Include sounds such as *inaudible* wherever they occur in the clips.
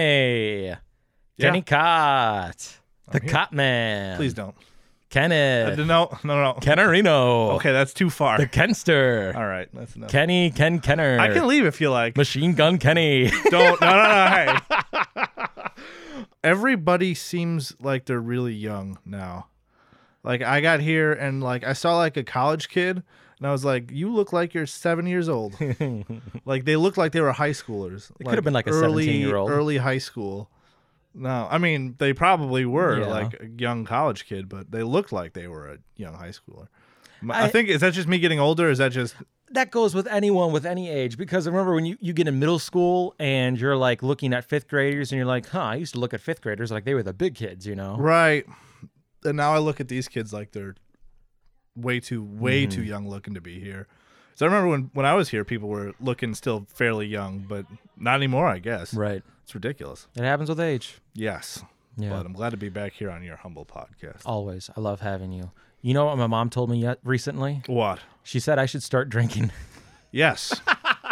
Kenny. Kenny Cott. The here. Cott Man. Please don't. Uh, Kenneth. No, no, no. Kennerino. Okay, that's too far. The Kenster. All right, that's enough. Kenny Ken Kenner. I can leave if you like. Machine Gun Kenny. *laughs* Don't. No, no, no. Hey. *laughs* Everybody seems like they're really young now. Like I got here and like I saw like a college kid and I was like, "You look like you're seven years old." like they look like they were high schoolers. It could've been, like, a 17-year-old. early high school. No, I mean they probably were Yeah. like a young college kid, but they looked like they were a young high schooler. M- I, I- think is that just me getting older? Or is that just that goes with anyone with any age because remember when you, you get in middle school and you're like looking at fifth graders and you're like, huh, I used to look at fifth graders like they were the big kids, you know? Right. And now I look at these kids like they're way too way Mm-hmm. too young looking to be here. So I remember when when I was here people were looking still fairly young, but not anymore, I guess. Right. It's ridiculous. It happens with age. Yes. Yeah. But I'm glad to be back here on your humble podcast. Always. I love having you. You know what my mom told me yet recently? What? She said I should start drinking. Yes.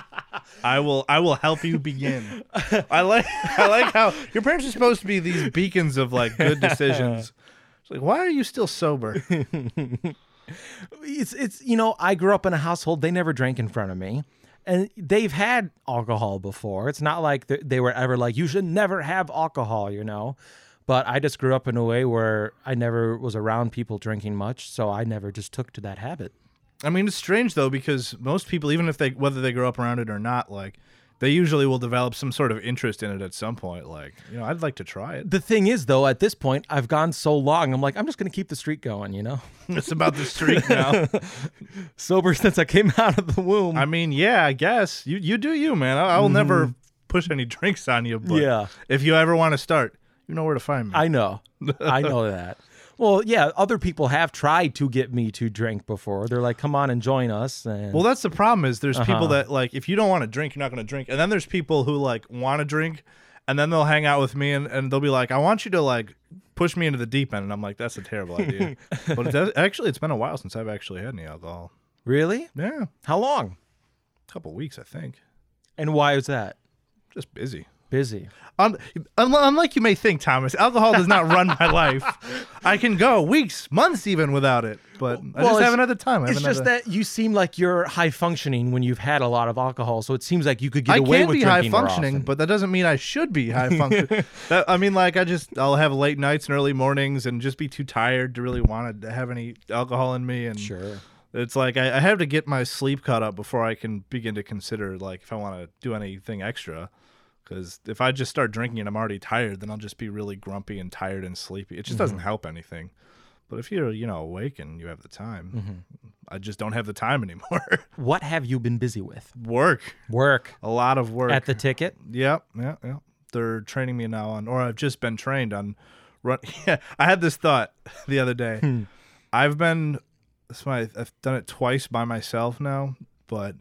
*laughs* I will I will help you begin. I like I like how your parents are supposed to be these beacons of like good *laughs* decisions. It's like, why are you still sober? it's it's you know I grew up in a household they never drank in front of me, and they've had alcohol before. It's not like th- they were ever like you should never have alcohol, you know. But I just grew up in a way where I never was around people drinking much, so I never just took to that habit. I mean, it's strange though because most people, even if they whether they grow up around it or not, like they usually will develop some sort of interest in it at some point. Like, you know, I'd like to try it. The thing is, though, at this point, I've gone so long. I'm like, I'm just gonna keep the streak going, you know, *laughs* *laughs* it's about the streak now. sober since I came *laughs* out of the womb. *laughs* I mean, yeah, I guess you you do you, man. I, I will never push any drinks on you, but Yeah. if you ever want to start, you know where to find me. I know, I know that. Well, yeah, other people have tried to get me to drink before. They're like, come on and join us. And well, that's the problem is there's Uh-huh. people that like if you don't want to drink, you're not going to drink, and then there's people who like want to drink. And then they'll hang out with me and, and they'll be like, I want you to like push me into the deep end. And I'm like, that's a terrible *laughs* idea. but it does, actually, it's been a while since I've actually had any alcohol. really? Yeah, a How long? couple weeks, I think. And why is that? Just busy. Busy. Un- un- unlike you may think, Thomas, alcohol does not run *laughs* my life. I can go weeks, months even without it, but I just it's- haven't had the time. I It's haven't just had the- that you seem like you're high functioning when you've had a lot of alcohol, so it seems like you could get I away can with be high drinking more functioning, often. but that doesn't mean I *laughs* should be high functioning. I mean, like I just I'll have late nights and early mornings and just be too tired to really want to have any alcohol in me. And Sure. it's like I, I have to get my sleep caught up before I can begin to consider like if I want to do anything extra. Because if I just start drinking and I'm already tired, then I'll just be really grumpy and tired and sleepy. It just Mm-hmm. doesn't help anything. But if you're you know awake and you have the time, Mm-hmm. I just don't have the time anymore. *laughs* What have you been busy with? work, Work. a lot of work. At the ticket. Yep, yeah, yeah. They're training me now on, or I've just been trained on. Run. *laughs* Yeah, I had this thought *laughs* the other day. I've been, this is my, I've done it twice by myself now, but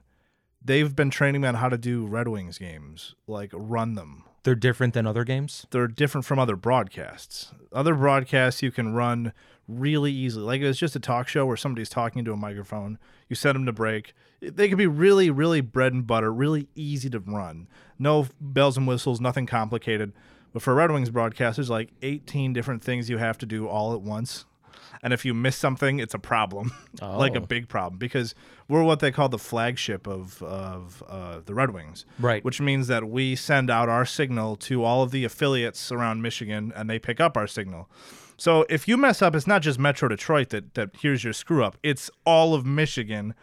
they've been training me on how to do Red Wings games, like run them. They're different than other games. They're different from other broadcasts. Other broadcasts you can run really easily. Like it's just a talk show where somebody's talking to a microphone. You send them to break. They can be really, really bread and butter, really easy to run. No bells and whistles, nothing complicated. But for Red Wings broadcast, there's like 18 different things you have to do all at once. And if you miss something, it's a problem, *laughs* like a Oh. big problem, because we're what they call the flagship of of uh, the Red Wings, Right. Which means that we send out our signal to all of the affiliates around Michigan, and they pick up our signal. So if you mess up, it's not just Metro Detroit that that hears your screw up. It's all of Michigan,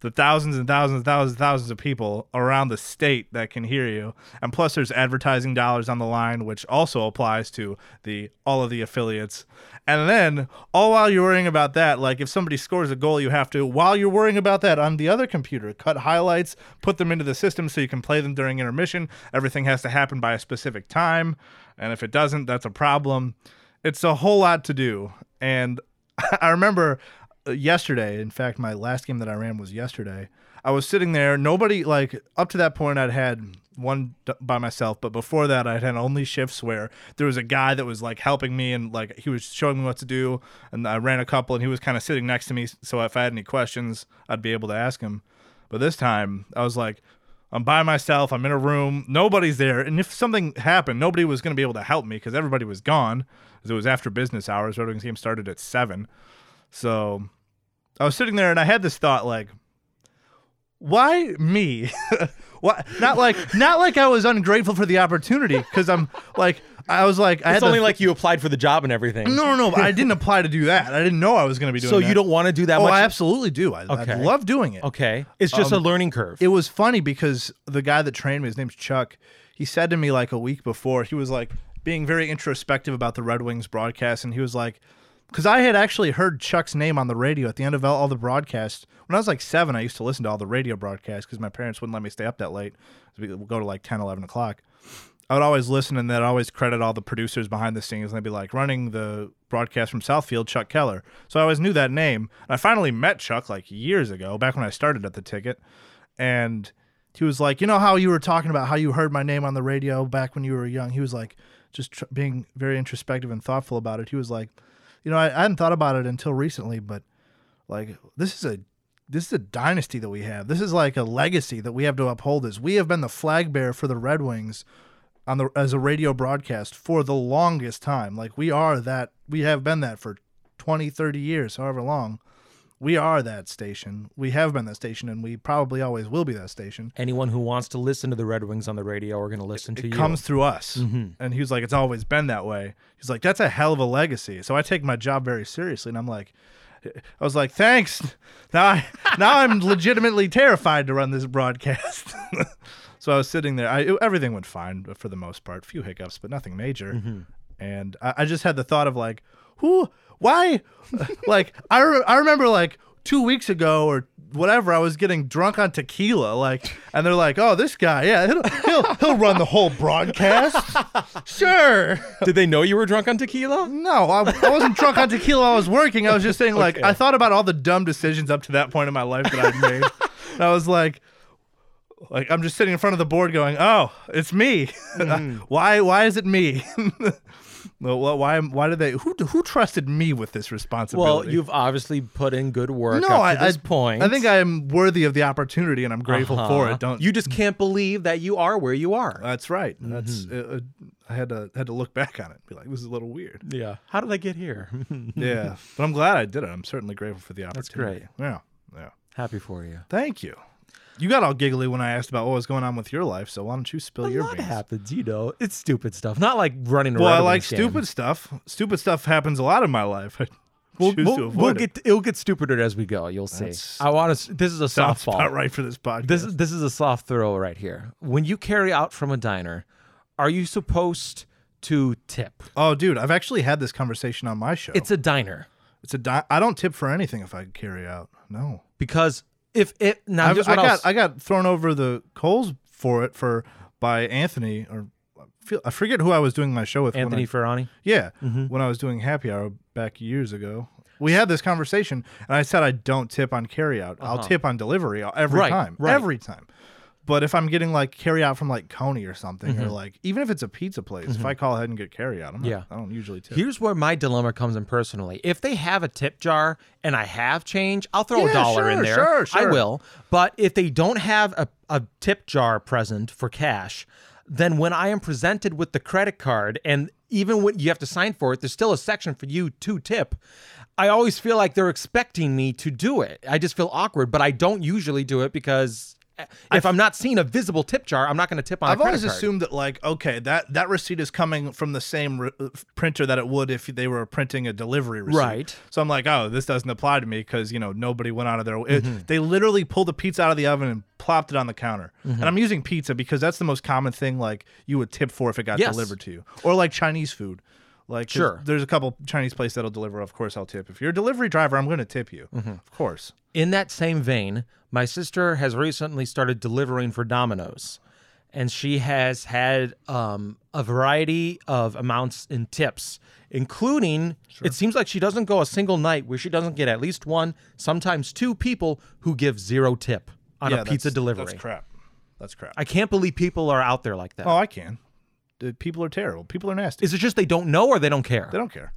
the thousands and thousands and thousands and thousands of people around the state that can hear you. And plus, there's advertising dollars on the line, which also applies to the all of the affiliates. And then, all while you're worrying about that, like if somebody scores a goal, you have to, while you're worrying about that, on the other computer, cut highlights, put them into the system so you can play them during intermission. Everything has to happen by a specific time. And if it doesn't, that's a problem. It's a whole lot to do. And *laughs* I remember uh, yesterday, in fact, my last game that I ran was yesterday. I was sitting there, nobody, like, up to that point, I'd had one d- by myself, but before that, I'd had only shifts where there was a guy that was, like, helping me and, like, he was showing me what to do. And I ran a couple, and he was kind of sitting next to me. So if I had any questions, I'd be able to ask him. But this time, I was like, I'm by myself. I'm in a room. Nobody's there. And if something happened, nobody was going to be able to help me because everybody was gone. 'cause it was after business hours. Red Wings game started at seven. So I was sitting there and I had this thought like, why me? *laughs* why not like not like I was ungrateful for the opportunity because I'm like I was like I had It's the- only like you applied for the job and everything. no no no I didn't apply to do that. I didn't know I was going to be *laughs* doing. so that. you don't want to do that Oh, much. I absolutely do. I, I Okay. love doing it. okay. It's just a learning curve. It was funny because the guy that trained me, his name's Chuck, he said to me like a week before, he was like being very introspective about the Red Wings broadcast. And he was like, because I had actually heard Chuck's name on the radio at the end of all all the broadcasts. When I was like seven, I used to listen to all the radio broadcasts because my parents wouldn't let me stay up that late. We would go to like 10, 11 o'clock. I would always listen and they'd always credit all the producers behind the scenes and they'd be like running the broadcast from Southfield, Chuck Keller. So I always knew that name. And I finally met Chuck like years ago, back when I started at the ticket. And he was like, You know how you were talking about how you heard my name on the radio back when you were young? He was like, just tr- being very introspective and thoughtful about it. He was like, You know, I, I hadn't thought about it until recently, but like this is a this is a dynasty that we have. This is like a legacy that we have to uphold. Is we have been the flag bearer for the Red Wings on the as a radio broadcast for the longest time. Like we are that we have been that for 20, 30 years, however long. We are that station. We have been that station and we probably always will be that station. Anyone who wants to listen to the Red Wings on the radio are going to listen to It you. comes through us. And he was like, it's always been that way. He's like, that's a hell of a legacy. So I take my job very seriously. And I'm like, I was like, thanks. Now, I, now I'm *laughs* legitimately terrified to run this broadcast. *laughs* so I was sitting there. I, everything went fine for the most part. Few hiccups, but nothing major. And I, I just had the thought of like, who, why? *laughs* like, I, re- I remember like two weeks ago or whatever, I was getting drunk on tequila. Like, and they're like, oh, this guy, yeah, he'll, he'll, he'll run the whole broadcast. sure. Did they know you were drunk on tequila? No, I, I wasn't drunk on tequila. while I was working. I was just saying, like, I thought about all the dumb decisions up to that point in my life that I'd *laughs* made. and I was like, like I'm just sitting in front of the board, going, "Oh, it's me. *laughs* Hmm. why? Why is it me? *laughs* well, wh- why? Why did they? Who? Who trusted me with this responsibility? Well, you've obviously put in good work No, up to I, this I, point. I think I'm worthy of the opportunity, and I'm grateful for Uh-huh. it. Don't you just can't believe that you are where you are? That's right. That's. Mm-hmm. Uh, uh, I had to had to look back on it, and be like, this is a little weird. yeah. How did I get here? *laughs* yeah, *laughs* but I'm glad I did it. I'm certainly grateful for the opportunity. great. Yeah, yeah. Happy for you. Thank you. You got all giggly when I asked about what was going on with your life, so why don't you spill A your lot beans? happens, you know. It's stupid stuff. Not like running around. Well, I like stupid stuff. Stupid stuff happens a lot in my life. *laughs* I We'll, choose we'll- to avoid we'll it. *laughs* get it'll get stupider as we go. You'll see. That's- I want to. This is a Sounds softball. about right for this podcast. This is this is a soft throw right here. When you carry out from a diner, are you supposed to tip? oh, dude, I've actually had this conversation on my show. It's a diner it's a di- I don't tip for anything if I carry out. No, because if it now I've- here's I what I'll got s- I got thrown over the coals for it for by Anthony or I feel- I forget who I was doing my show with. when I- Anthony Ferrani. Yeah, Mm-hmm. when I was doing happy hour back years ago, we had this conversation, and I said I don't tip on carryout. I'll tip on delivery every Uh-huh. Right, time, right. every time. But if I'm getting like carryout from like Coney or something, or like even if it's a pizza place, if I call ahead and get carryout, I'm not, Mm-hmm. Yeah. I don't usually tip. Here's where my dilemma comes in personally. If they have a tip jar and I have change, I'll throw Yeah, a dollar in sure, there. sure, sure. I will. But if they don't have a, a tip jar present for cash, then when I am presented with the credit card and even when you have to sign for it, there's still a section for you to tip. I always feel like they're expecting me to do it. I just feel awkward, but I don't usually do it because eh, if I'm not seeing a visible tip jar, I'm not going to tip on a I've credit always card. assumed that like okay that that receipt is coming from the same re- uh, printer that it would if they were printing a delivery receipt. Right. So I'm like, oh, this doesn't apply to me because you know nobody went out of their. It, Mm-hmm. They literally pulled the pizza out of the oven and plopped it on the counter. Mm-hmm. And I'm using pizza because that's the most common thing like you would tip for if it got Yes. delivered to you, or like Chinese food. Like 'cause Sure. there's a couple Chinese places that'll deliver. Of course, I'll tip. If you're a delivery driver, I'm going to tip you. Mm-hmm. Of course. In that same vein, my sister has recently started delivering for Domino's, and she has had um, a variety of amounts in tips, including it seems like she doesn't go a single night where she doesn't get at least one, sometimes two people who give zero tip on Yeah, a pizza that's- delivery. That's crap. That's crap. I can't believe people are out there like that. Is oh, I can. The People are terrible. People are nasty. it just they don't know or they don't care? They don't care.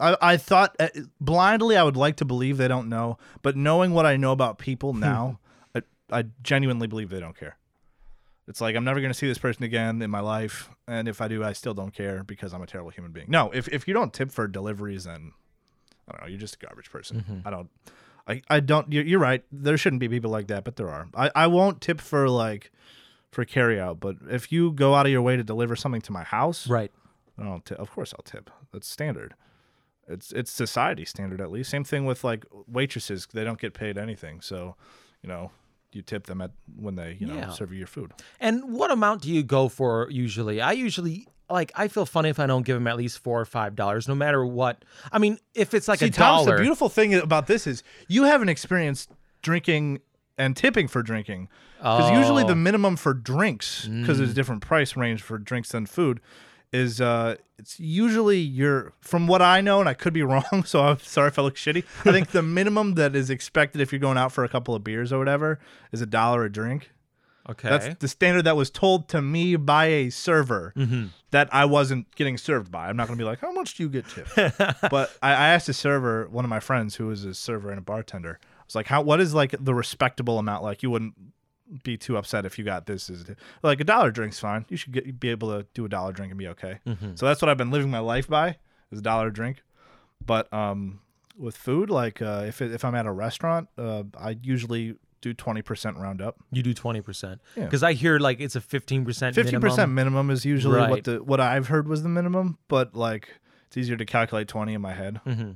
I, I thought uh, blindly I would like to believe they don't know, but knowing what I know about people now, I, I genuinely believe they don't care. It's like I'm never going to see this person again in my life, and if I do, I still don't care because I'm a terrible human being. No, if if you don't tip for deliveries, then I don't know, you're just a garbage person. I don't, I I don't. You're, you're right. There shouldn't be people like that, but there are. I I won't tip for like for carryout, but if you go out of your way to deliver something to my house, Right. I don't tip. Of course, I'll tip. That's standard. It's it's society standard at least. Same thing with like waitresses; they don't get paid anything, so you know you tip them at when they you know Yeah. serve you your food. And what amount do you go for usually? I usually like I feel funny if I don't give them at least four or five dollars, no matter what. I mean, if it's like a See, Thomas, the dollar, beautiful thing about this is you haven't experienced drinking and tipping for drinking because usually Oh. the minimum for drinks Mm. because there's a different price range for drinks than food is uh it's usually your from what i know and i could be *laughs* wrong so i'm sorry if i look shitty i think the minimum that is expected if you're going out for a couple of beers or whatever is a dollar a drink okay, that's the standard that was told to me by a server that I wasn't getting served by. I'm not going to be like, how much do you get tipped? but I, I asked a server, one of my friends who was a server and a bartender, I was like, how, what is like the respectable amount? Like you wouldn't be too upset if you got this. Is like a dollar drink's fine. You should get, be able to do a dollar drink and be okay. So that's what I've been living my life by is a dollar a drink. But um, with food, like uh, if, it- if I'm at a restaurant, uh, I usually do 20% round up. you do twenty percent Yeah. because I hear like it's a fifteen percent. Fifteen percent minimum is usually Right. what the what I've heard was the minimum, but like it's easier to calculate twenty in my head. Mm-hmm.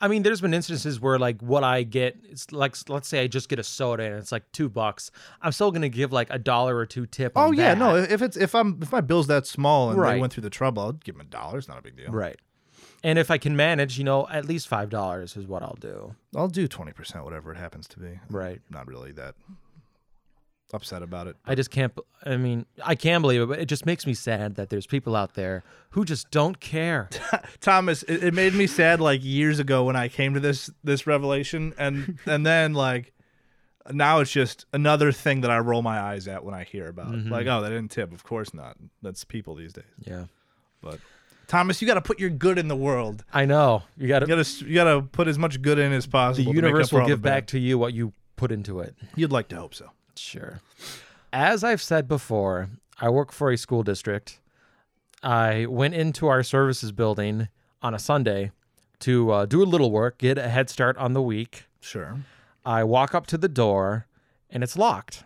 I mean, there's been instances where like what I get, it's like let's say I just get a soda and it's like two bucks. I'm still gonna give like a dollar or two tip. Oh on yeah, that. no. If it's if I'm if my bill's that small and Right. they went through the trouble, I'll give them a dollar. It's not a big deal. right. And if I can manage, you know, at least five dollars is what I'll do. I'll do twenty percent, whatever it happens to be. Right. Not really that upset about it. I just can't. b- I mean, I can believe it, but it just makes me sad that there's people out there who just don't care. *laughs* Thomas, it, it made me sad like years ago when I came to this this revelation, and *laughs* and then like now it's just another thing that I roll my eyes at when I hear about. it. Like, Mm-hmm. oh, they didn't tip. Of course not. That's people these days. yeah, But Thomas, you got to put your good in the world. I know. You got You to. got to you got to put as much good in as The possible. to make up universe for will all the give back bad. to you what you put into it. You'd like to hope so. Sure. As I've said before, I work for a school district. I went into our services building on a Sunday to uh, do a little work, get a head start on the week. Sure. I walk up to the door and it's locked.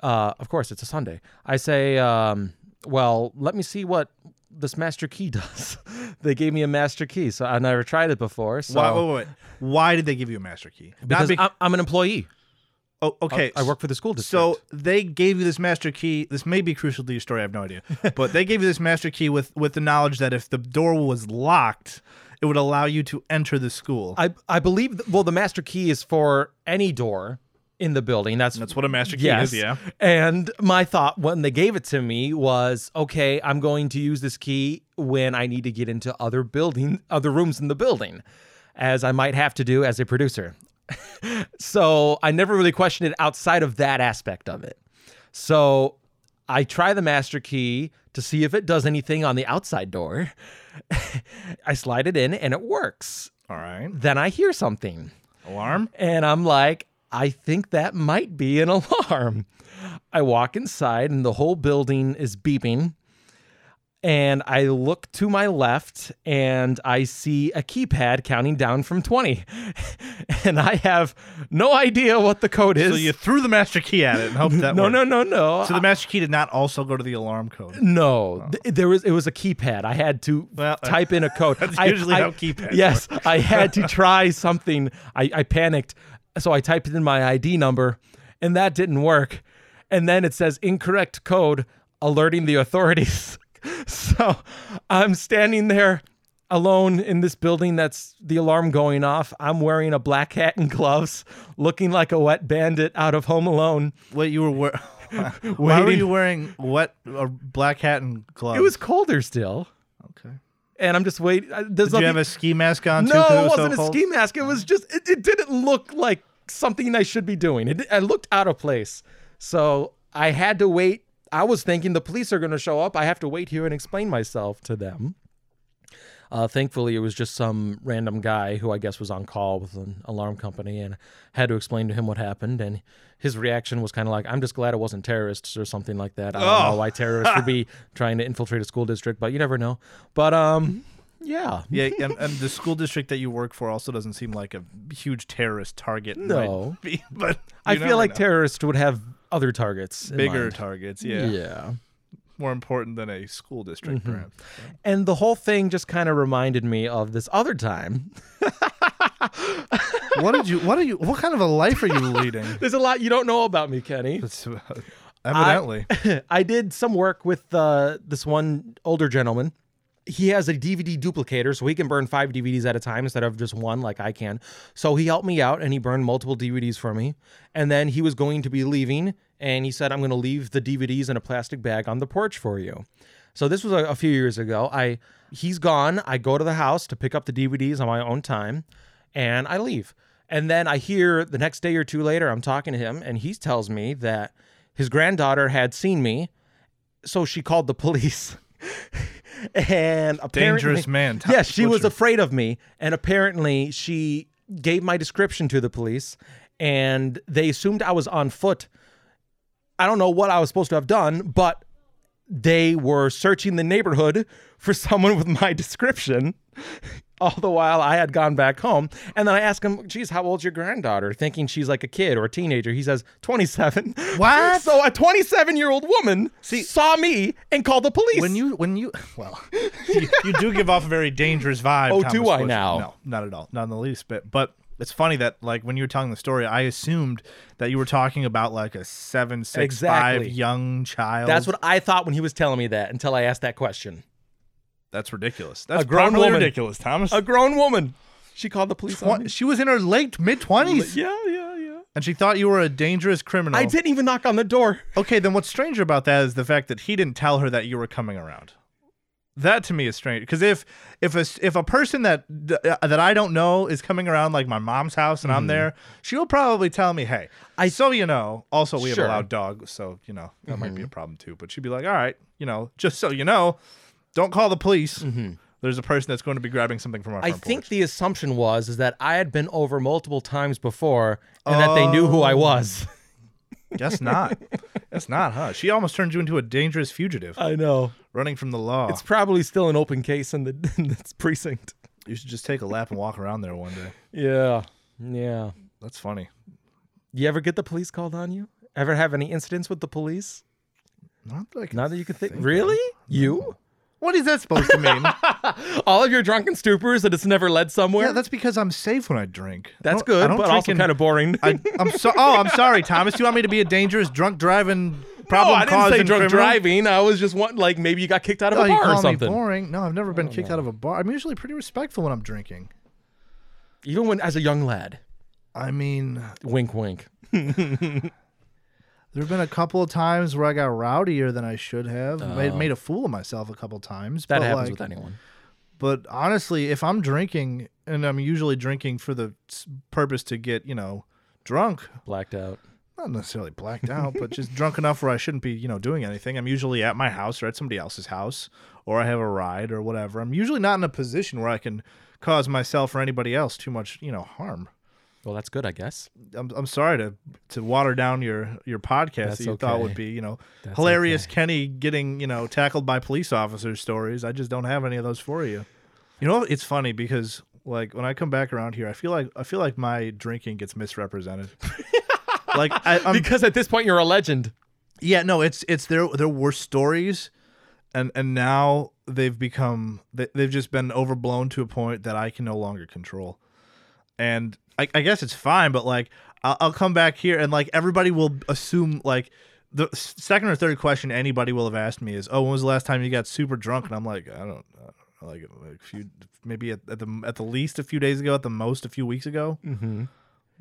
Uh, of course, it's a Sunday. I say, um, Well, let me see what this master key *laughs* does. they gave me a master key, so I never tried it before. So Why, wait, wait, wait. Why did they give you a master key? Not because bec- I'm, I'm an employee, oh, okay. I work for the school district. So they gave you this master key. This may be crucial to your story. I have no *laughs* idea, but they gave you this master key with with the knowledge that if the door was locked, it would allow you to enter the school. I I believe th- well the master key is for any door in the building. That's That's what a master key yes. is. Yeah. And my thought when they gave it to me was, okay, I'm going to use this key when I need to get into other building, other rooms in the building, as I might have to do as a producer. *laughs* so I never really questioned it outside of that aspect of it. So I try the master key to see if it does anything on the outside door. *laughs* I slide it in and it works. All right. Then I hear something. Alarm. And I'm like, I think that might be an *laughs* alarm. I walk inside and the whole building is beeping. And I look to my left and I see a keypad counting down from 20. *laughs* and I have no idea what the code is. So you threw the master key at it *laughs* and hoped that. no, worked. no, no, no. So the master key did not also go to the alarm code. No, th- there was it was a keypad. I had to Oh. Well, *laughs* uh, type in a code. that's I- usually I- how keypads Yes, I had *laughs* to try something. I, I panicked, so I typed in my ID number, and that didn't work. And then it says incorrect code, alerting the authorities. *laughs* so I'm standing there alone in this building that's the alarm going off. I'm wearing a black hat and gloves, looking like a wet bandit out of Home Alone. Wait, you were wear- *laughs* why were Waiting. you wearing wet a black hat and gloves? It was colder still. Oh. okay. And I'm just waiting. There's Did you nothing- have a ski mask on too? No, 'cause it was so wasn't a cold? ski mask. It was just it, it didn't look like something I should be doing. It, it looked out of place. So I had to wait. I was thinking the police are going to show up. I have to wait here and explain myself to them. Uh, thankfully, it was just some random guy who I guess was on call with an alarm company and had to explain to him what happened. And his reaction was kind of like, I'm just glad it wasn't terrorists or something like that. I don't Oh. know why terrorists would *laughs* be trying to infiltrate a school district, but you never know. But um, yeah. Yeah, and, and the school district that you work for also doesn't seem like a huge terrorist target. might No. be, *laughs* but I you feel never like know. terrorists would have other targets. in bigger mind. targets. Yeah. Mm-hmm. Yeah. more important than a school district, perhaps. And the whole thing just kind of reminded me of this other time. *laughs* what did you? What are you? What kind of a life are you *laughs* leading? There's a lot you don't know about me, Kenny. *laughs* It's, uh, evidently, I did some work with uh, this one older gentleman. He has a DVD duplicator, so he can burn five DVDs at a time instead of just one, like I can. So he helped me out and he burned multiple DVDs for me. And then he was going to be leaving, and he said, I'm going to leave the DVDs in a plastic bag on the porch for you. So this was a, a few years ago. I he's gone. I go to the house to pick up the DVDs on my own time, and I leave. And then I hear the next day or two later, I'm talking to him, and he tells me that his granddaughter had seen me, so she called the police. *laughs* and apparently, dangerous man. Tom Yes, she was Butcher. afraid of me, and apparently she gave my description to the police, and they assumed I was on foot. I don't know what I was supposed to have done, but they were searching the neighborhood *laughs* for someone with my description. *laughs* All the while I had gone back home. And then I asked him, geez, how old's your granddaughter? Thinking she's like a kid or a teenager. He says, *laughs* 27. What? So Oh, a 27 year old woman saw me and called the police. When you, when you, *laughs* well, you, you do give off a very dangerous vibe. Oh, Thomas do I Butcher. now? No, not at all, not in the least bit. But it's funny that, like, when you were telling the story, I assumed that you were talking about like a seven, six, five Exactly. young child. That's what I thought when he was telling me that until I asked that question. That's ridiculous. That's grown properly woman. ridiculous, Thomas. A grown woman. She called the police on What- me. She was in her late mid twenties, Yeah, yeah, yeah. and she thought you were a dangerous criminal. I didn't even knock on the door. Okay, then what's stranger about that is the fact that he didn't tell her that you were coming around. That to me is strange because if if a if a person that uh, that I don't know is coming around like my mom's house and I'm there, she'll probably tell me, "Hey, Mm-hmm. I so you know." Also, we Sure. have a loud dog, so you know that might be a problem too. But she'd be like, "All right, you know, just so you know, don't call the police. There's a person that's going to be grabbing something from our I front think porch." the assumption was is that I had been over multiple times before and that they knew who I was. *laughs* Guess not. Guess not, huh? She almost turned you into a dangerous *laughs* fugitive I know. running from the law. It's probably still an open case in the *laughs* in this precinct. You should just take a lap and walk around there one day. Yeah. Yeah. That's funny. You ever get the police called on you? Ever have any incidents with the police? Not like Now that you can think. Really? You? *laughs* What is that supposed *laughs* to mean? All of your drunken stupors that it's never led somewhere? yeah, that's because I'm safe when I drink. I that's don't- I good, don't but drink also in- kind of boring. *laughs* *laughs* I, I'm so. Oh, I'm sorry, Thomas. You want me to be a dangerous drunk driving oh, problem? I didn't say causing drunk criminal? driving. I was just wanting, like, maybe you got kicked out of Oh, a you bar or call me something. boring? No, I've never been kicked out of a bar. I'm usually pretty respectful when I'm drinking. Even when, as a young lad, I mean, wink, wink. There have been a couple of times where I got rowdier than I should have. made, made a fool of myself a couple of times. Oh. That but happens like, with anyone. But honestly, if I'm drinking, and I'm usually drinking for the s- purpose to get, you know, drunk, Blacked out. not necessarily blacked out, but just drunk enough where I shouldn't be, you know, doing anything. I'm usually at my house or at somebody else's house, or I have a ride or whatever. I'm usually not in a position where I can cause myself or anybody else too much, you know, harm. Well, that's good, I guess. I'm, I'm sorry to to water down your your podcast That's that you thought okay. would be you know hilarious Kenny getting you know tackled by police officers stories. I just don't have any of those for you. You know it's funny because like when I come back around here, I feel like I feel like my drinking gets *laughs* misrepresented. like I, I'm Because at this point, you're a legend. yeah, no, it's it's there there were stories and and now they've become they, they've just been overblown to a point that I can no longer control. And I, I guess it's fine, but like I'll, I'll come back here and like everybody will assume like the s- second or third question anybody will have asked me is, "Oh, when was the last time you got super drunk?" And I'm like, I don't, I don't know, like a few, maybe at, at the at the least a few days ago, at the most a few weeks ago. Mm-hmm.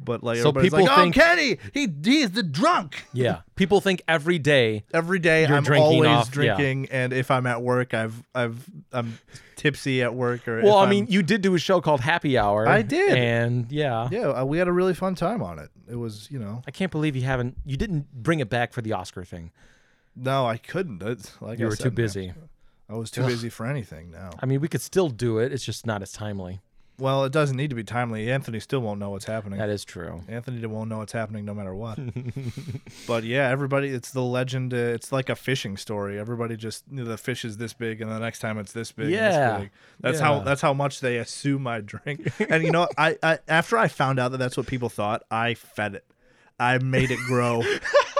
But like, So everybody's people like, think- "Oh, Kenny, he he is the drunk." Yeah. People think every day every day I'm drinking always off- yeah. drinking, and if I'm at work, I've I've I'm tipsy at work. Or Well, if I mean, you did do a show called Happy Hour. I did. and yeah, I'm- yeah, uh, we had a really fun time on it. It was, you know, I can't believe you haven't. You didn't bring it back for the Oscar thing. no, I couldn't. It's, like You I were said, too man, busy. I was too busy for anything now. I mean, we could still do it. It's just not as timely. Well, it doesn't need to be timely. Anthony still won't know what's happening. That is true. Anthony won't know what's happening no matter *laughs* what. but yeah, everybody, it's the legend. Uh, it's like a fishing story. Everybody just you know, the fish is this big, and the next time it's this big. and this Yeah. big. that's how Yeah. that's how much they assume *laughs* I drink. And you know, I, I after I found out that that's what people thought, I fed it. I made it *laughs* grow.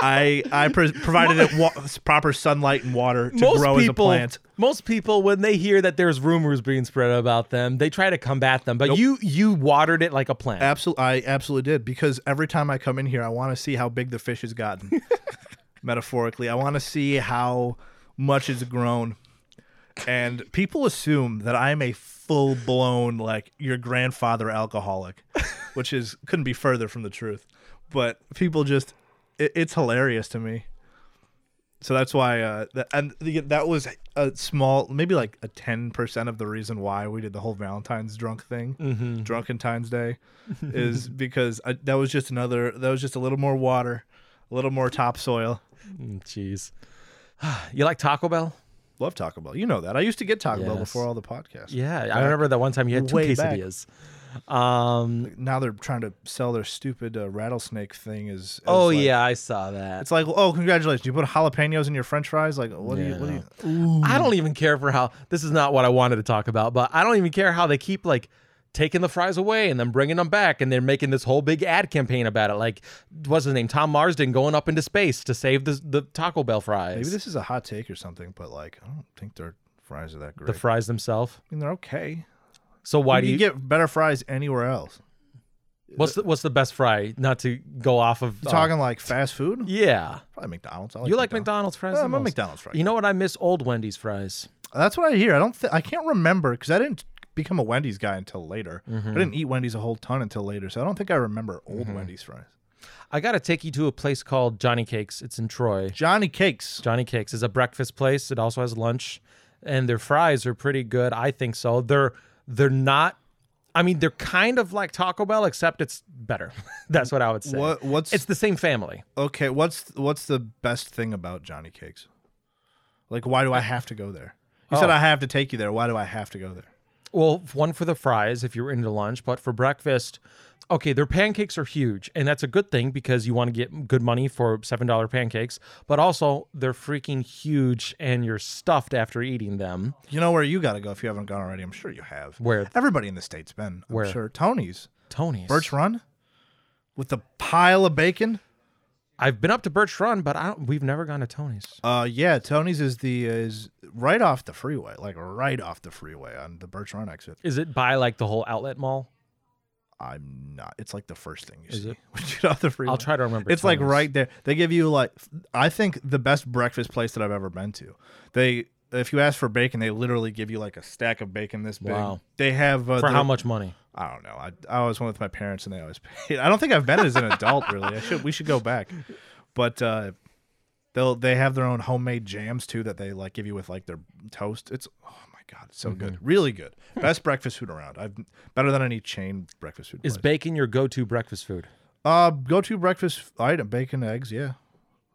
I I pro- provided it wa- proper sunlight and water to grow as a plant. most people, when they hear that there's rumors being spread about them, they try to combat them. But you, you watered it like a plant. Absolutely, I absolutely did because every time I come in here, I want to see how big the fish has gotten. Metaphorically, I want to see how much it's grown. And people assume that I'm a full blown like your grandfather alcoholic, which is couldn't be further from the truth. But people just, it, it's hilarious to me. So that's why, uh, that, and the, that was a small, maybe like a ten percent of the reason why we did the whole Valentine's drunk thing, Mm-hmm. Drunkentine's Day, *laughs* is because I, that was just another, that was just a little more water, a little more topsoil. Mm, Jeez. *sighs* you like Taco Bell? Love Taco Bell, you know that. I used to get Taco Bell Yes. before all the podcasts. Yeah, I remember that one time you had two Way back. quesadillas. Um, Now they're trying to sell their stupid uh, rattlesnake thing. Is oh yeah, I saw that. It's like, oh, congratulations! You put jalapenos in your French fries. Like, what do you? What do you? I don't even care for how this is not what I wanted to talk about, but I don't even care how they keep like taking the fries away and then bringing them back and they're making this whole big ad campaign about it. Like what's his name? Tom Marsden going up into space to save the the Taco Bell fries. Maybe this is a hot take or something, but like, I don't think their fries are that great. the fries themselves. I mean, they're okay. So why do you, you, get better fries anywhere else? what's the, what's the best fry? Not to go off of uh, Talking like fast food, Yeah. probably Oh. McDonald's. I You like McDonald's fries? Yeah, the I'm a most. McDonald's fry. You know what I miss? Old Wendy's fries. That's what I hear. I don't. Th- I can't remember because I didn't become a Wendy's guy until later. I didn't eat Wendy's a whole ton until later, so I don't think I remember old Wendy's fries. I gotta take you to a place called Johnny Cakes. It's in Troy. Johnny Cakes. Johnny Cakes is a breakfast place. It also has lunch, and their fries are pretty good. I think so. They're they're not. I mean, they're kind of like Taco Bell, except it's better. *laughs* That's what I would say. What? What's It's the same family. okay? What's what's the best thing about Johnny Cakes? Like, why do I have to go there? You said Oh. I have to take you there. Why do I have to go there? Well, one for the fries if you're into lunch, but for breakfast, okay, their pancakes are huge, and that's a good thing because you want to get good money for seven dollar pancakes. But also, they're freaking huge, and you're stuffed after eating them. You know where you got to go if you haven't gone already. I'm sure you have. Where? Everybody in the state's been. I'm Where? sure. Tony's. Tony's. Birch Run? With the pile of bacon? I've been up to Birch Run, but I don't, we've never gone to Tony's. Uh yeah, Tony's is the is right off the freeway, like right off the freeway on the Birch Run exit. Is it by like the whole outlet mall? I'm not. It's like the first thing you Is see it? *laughs* when you get off the freeway. I'll try to remember. It's like Tony's. right there. They give you like I think the best breakfast place that I've ever been to. They if you ask for bacon, they literally give you like a stack of bacon this big. Wow. They have uh, for the- how much money? I don't know. I, I always went with my parents, and they always *laughs* paid. I don't think I've been as an adult really. I should we should go back, but uh, they'll they have their own homemade jams too that they like give you with like their toast. It's oh my god, it's so good, really good. Best breakfast food around. I've better than any chain breakfast food. Is place. bacon your go-to breakfast food? uh go to breakfast item bacon eggs yeah.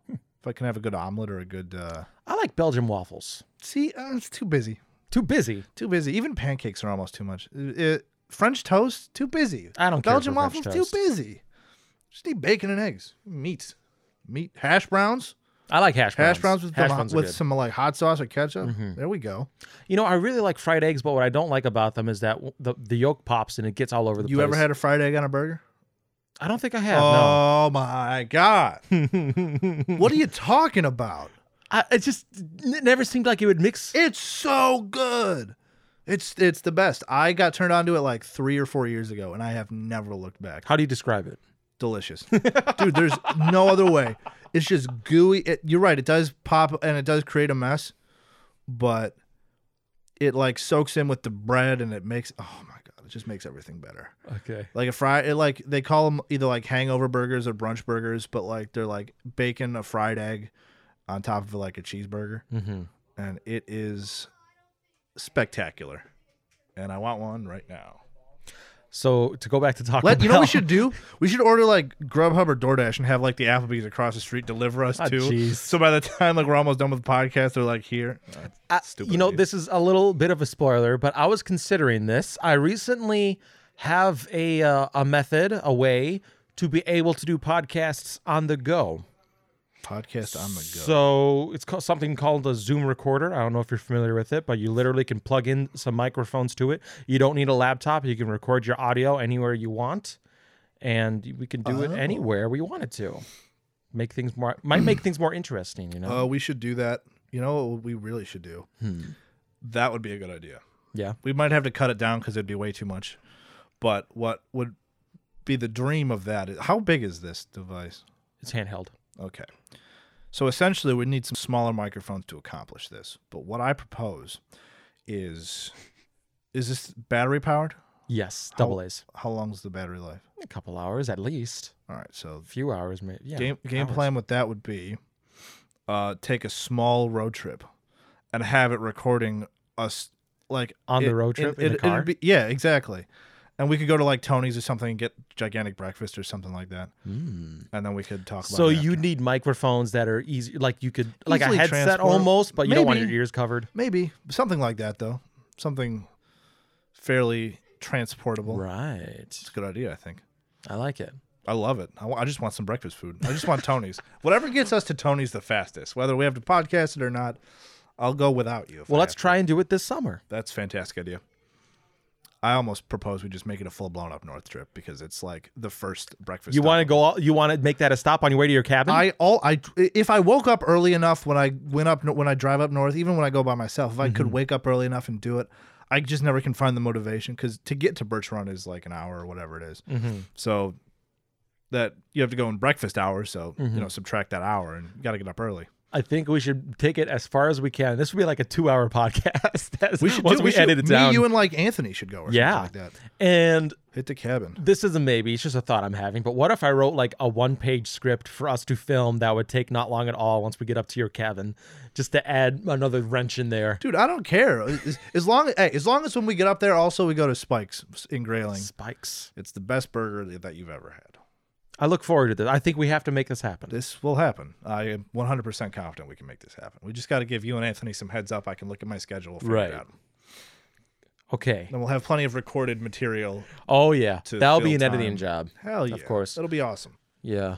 If I can have a good omelet or a good uh, I like Belgian waffles. see, uh, it's too busy, Too busy. too busy. Even pancakes are almost too much. Uh, uh, French toast too busy. I don't care Belgian for waffles French toast. too busy. Just need bacon and eggs, meat, meat, hash browns, I like hash browns. hash browns with, hash the- browns are with good. Mm-hmm. some like hot sauce or ketchup. There we go. You know, I really like fried eggs, but what I don't like about them is that w- the the yolk pops and it gets all over the You place. ever had a fried egg on a burger? I don't think I have. no. Oh my *laughs* god! what are you talking about? I, it just it never seemed like it would mix. It's so good. It's it's the best. I got turned on to it like three or four years ago, and I have never looked back. How do you describe it? delicious, dude. There's no other way. It's just gooey. It, you're right. It does pop and it does create a mess, but it like soaks in with the bread and it makes. Oh my god! It just makes everything better. Okay. Like a fry. It like they call them either like hangover burgers or brunch burgers, but like they're like bacon, a fried egg, on top of like a cheeseburger, Mm-hmm. and it is spectacular. And I want one right now. So to go back to Taco Let you know what we Bell- should do? We should order like Grubhub or DoorDash and have like the Applebee's across the street deliver us Ah, too. jeez. Uh, So by the time like we're almost done with the podcast, they're like here. *laughs* I- Stupid You know, idea. this is a little bit of a spoiler, but I was considering this. I recently have a uh, a method, a way to be able to do podcasts on the go. Podcast on the go. So it's called something called a Zoom recorder. I don't know if you're familiar with it, but you literally can plug in some microphones to it. You don't need a laptop. You can record your audio anywhere you want, and we can do it Oh. anywhere we wanted to. Make things more might make things more interesting, you know. Oh, we should do that. You know what we really should do? That would be a good idea. Hmm. Yeah. We might have to cut it down because it'd be way too much. But what would be the dream of that? Is, how big is this device? It's handheld. Okay. So essentially, we need some smaller microphones to accomplish this. But what I propose is is this battery powered? Yes, Oh. double A's. How long's the battery life? A couple hours at least. All right. So few hours, maybe. Yeah, game game hours. plan with that would be uh, take a small road trip and have it recording us like On the it- road it- trip in the it- it'd car? be- yeah, exactly. And we could go to like Tony's or something and get gigantic breakfast or something like that, and then we could talk. about Hmm. So it you after. need microphones that are easy, like you could, like a Easily headset transport- almost, but you don't want your maybe. ears covered. maybe something like that though, something fairly transportable. Right. It's a good idea, I think. I like it. I love it. I, wa- I just want some breakfast food. I just want Tony's. *laughs* Whatever gets us to Tony's the fastest, whether we have to podcast it or not, I'll go without you. if Well, I let's have to. try and do it this summer. That's a fantastic idea. I almost propose we just make it a full blown up north trip because it's like the first breakfast. You stop. want to go? All, you want to make that a stop on your way to your cabin? I all I if I woke up early enough when I went up when I drive up north, even when I go by myself, if I could Mm-hmm. wake up early enough and do it, I just never can find the motivation because to get to Birch Run is like an hour or whatever it is. Mm-hmm. So that you have to go in breakfast hours, so you Mm-hmm. know subtract that hour and you got to get up early. I think we should take it as far as we can. This would be like a two-hour *laughs* podcast. That's- We *laughs* should once do, we, should- edit it me, down. you and like Anthony should go or Yeah. something like that. and Hit the cabin. this is a maybe. It's just a thought I'm having. But what if I wrote like a one page script for us to film that would take not long at all once we get up to your cabin, just to add another wrench in there? Dude, I don't care. As, as long hey, as long as when we get up there, also we go to Spike's in Grayling. Spikes. It's the best burger that you've ever had. I look forward to this. I think we have to make this happen. this will happen. I am 100% confident we can make this happen. We just got to give you and Anthony some heads up. I can look at my schedule, figure Right. it out. Okay. And we'll have plenty of recorded material. Oh yeah, To that'll be fill an editing time. job. Hell yeah. Of course. It'll be awesome. Yeah.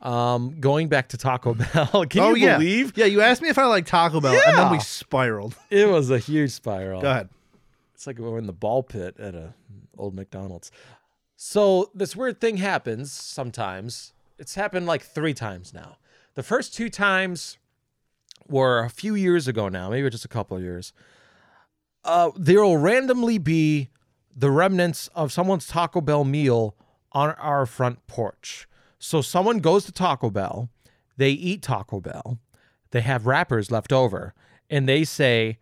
Um, going back to Taco *laughs* Bell. Can oh, you yeah. believe Yeah, you asked me if I like Taco Bell, and then we Yeah. spiraled. it was a huge spiral? Go ahead. It's like we're in the ball pit at a old McDonald's. So this weird thing happens sometimes. It's happened like three times now. The first two times were a few years ago now, maybe just a couple of years. Uh, there will randomly be the remnants of someone's Taco Bell meal on our front porch. So someone goes to Taco Bell, they eat Taco Bell, they have wrappers left over, and they say,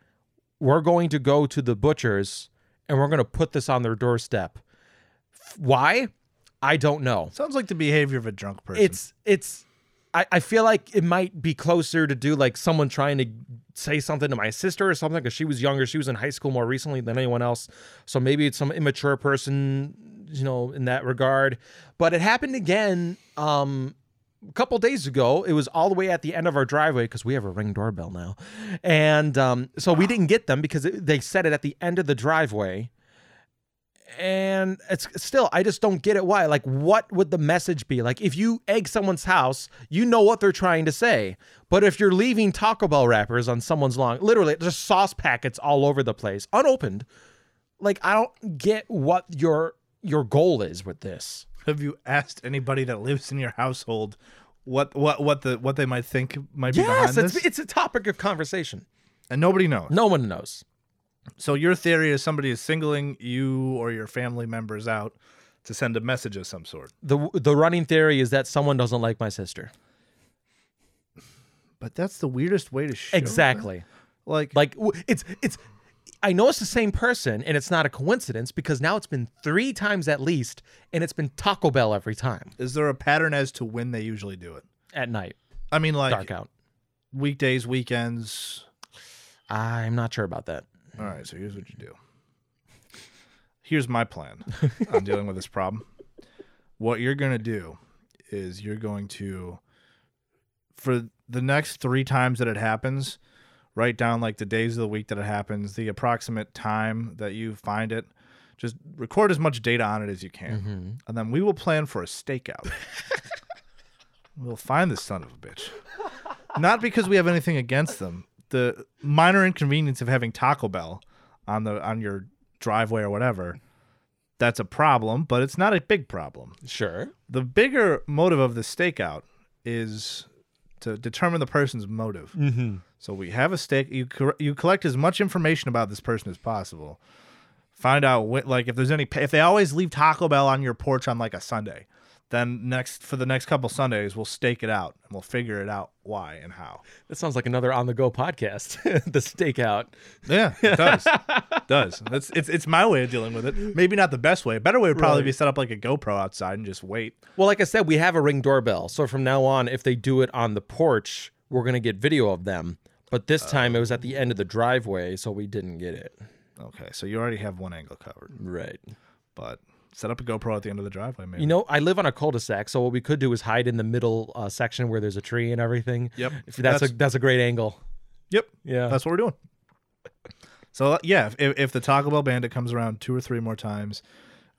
we're going to go to the butcher's and we're going to put this on their doorstep. F- Why? I don't know. Sounds like the behavior of a drunk person. It's it's I, I feel like it might be closer to do like someone trying to say something to my sister or something because she was younger. She was in high school more recently than anyone else. So maybe it's some immature person, you know, in that regard. But it happened again um a couple days ago. It was all the way at the end of our driveway because we have a ring doorbell now. And um, so we didn't get them because it, they set it at the end of the driveway and it's still i just don't get it why like what would the message be like if you egg someone's house you know what they're trying to say but if you're leaving taco bell wrappers on someone's lawn literally just sauce packets all over the place unopened like i don't get what your your goal is with this have you asked anybody that lives in your household what what what the what they might think might be yes behind it's, this? it's a topic of conversation and nobody knows. no one knows So your theory is somebody is singling you or your family members out to send a message of some sort. the the running theory is that someone doesn't like my sister But that's the weirdest way to show exactly Like, Like w- it's it's I know it's the same person and it's not a coincidence because now it's been 3 times at least and it's been Taco Bell every time is there a pattern as to when they usually do it? at night I mean, like dark out. weekdays, weekends. I'm not sure about that. All right, so here's what you do. here's my plan on dealing with this problem. What you're going to do is you're going to, for the next three times that it happens, write down like the days of the week that it happens, the approximate time that you find it. Just record as much data on it as you can. And then we will plan for a stakeout. we'll find this son of a bitch. Not because we have anything against them. The minor inconvenience of having Taco Bell on the on your driveway or whatever, that's a problem, but it's not a big problem Sure. the bigger motive of the stakeout is to determine the person's motive. Mm-hmm. So we have a stake. You cor- you collect as much information about this person as possible. Find out what, like if there's any pa- if they always leave Taco Bell on your porch on like a Sunday, then next for the next couple Sundays we'll stake it out and we'll figure it out why and how. That sounds like another on the go podcast. *laughs* the stakeout. Yeah, it does. It does. That's it's it's my way of dealing with it. Maybe not the best way. A better way would probably be set up like a GoPro outside and just wait. Well, like I said, we have a ring doorbell. So from now on, if they do it on the porch, we're going to get video of them. But this time it was at the end of the driveway, so we didn't get it. Okay, so you already have one angle covered. Right. but set up a GoPro at the end of the driveway, maybe. You know, I live on a cul-de-sac, so what we could do is hide in the middle uh, section where there's a tree and everything. Yep. If that's, a That's- that's a great angle. yep. Yeah. That's what we're doing. So uh, yeah, if, if the Taco Bell bandit comes around two or three more times,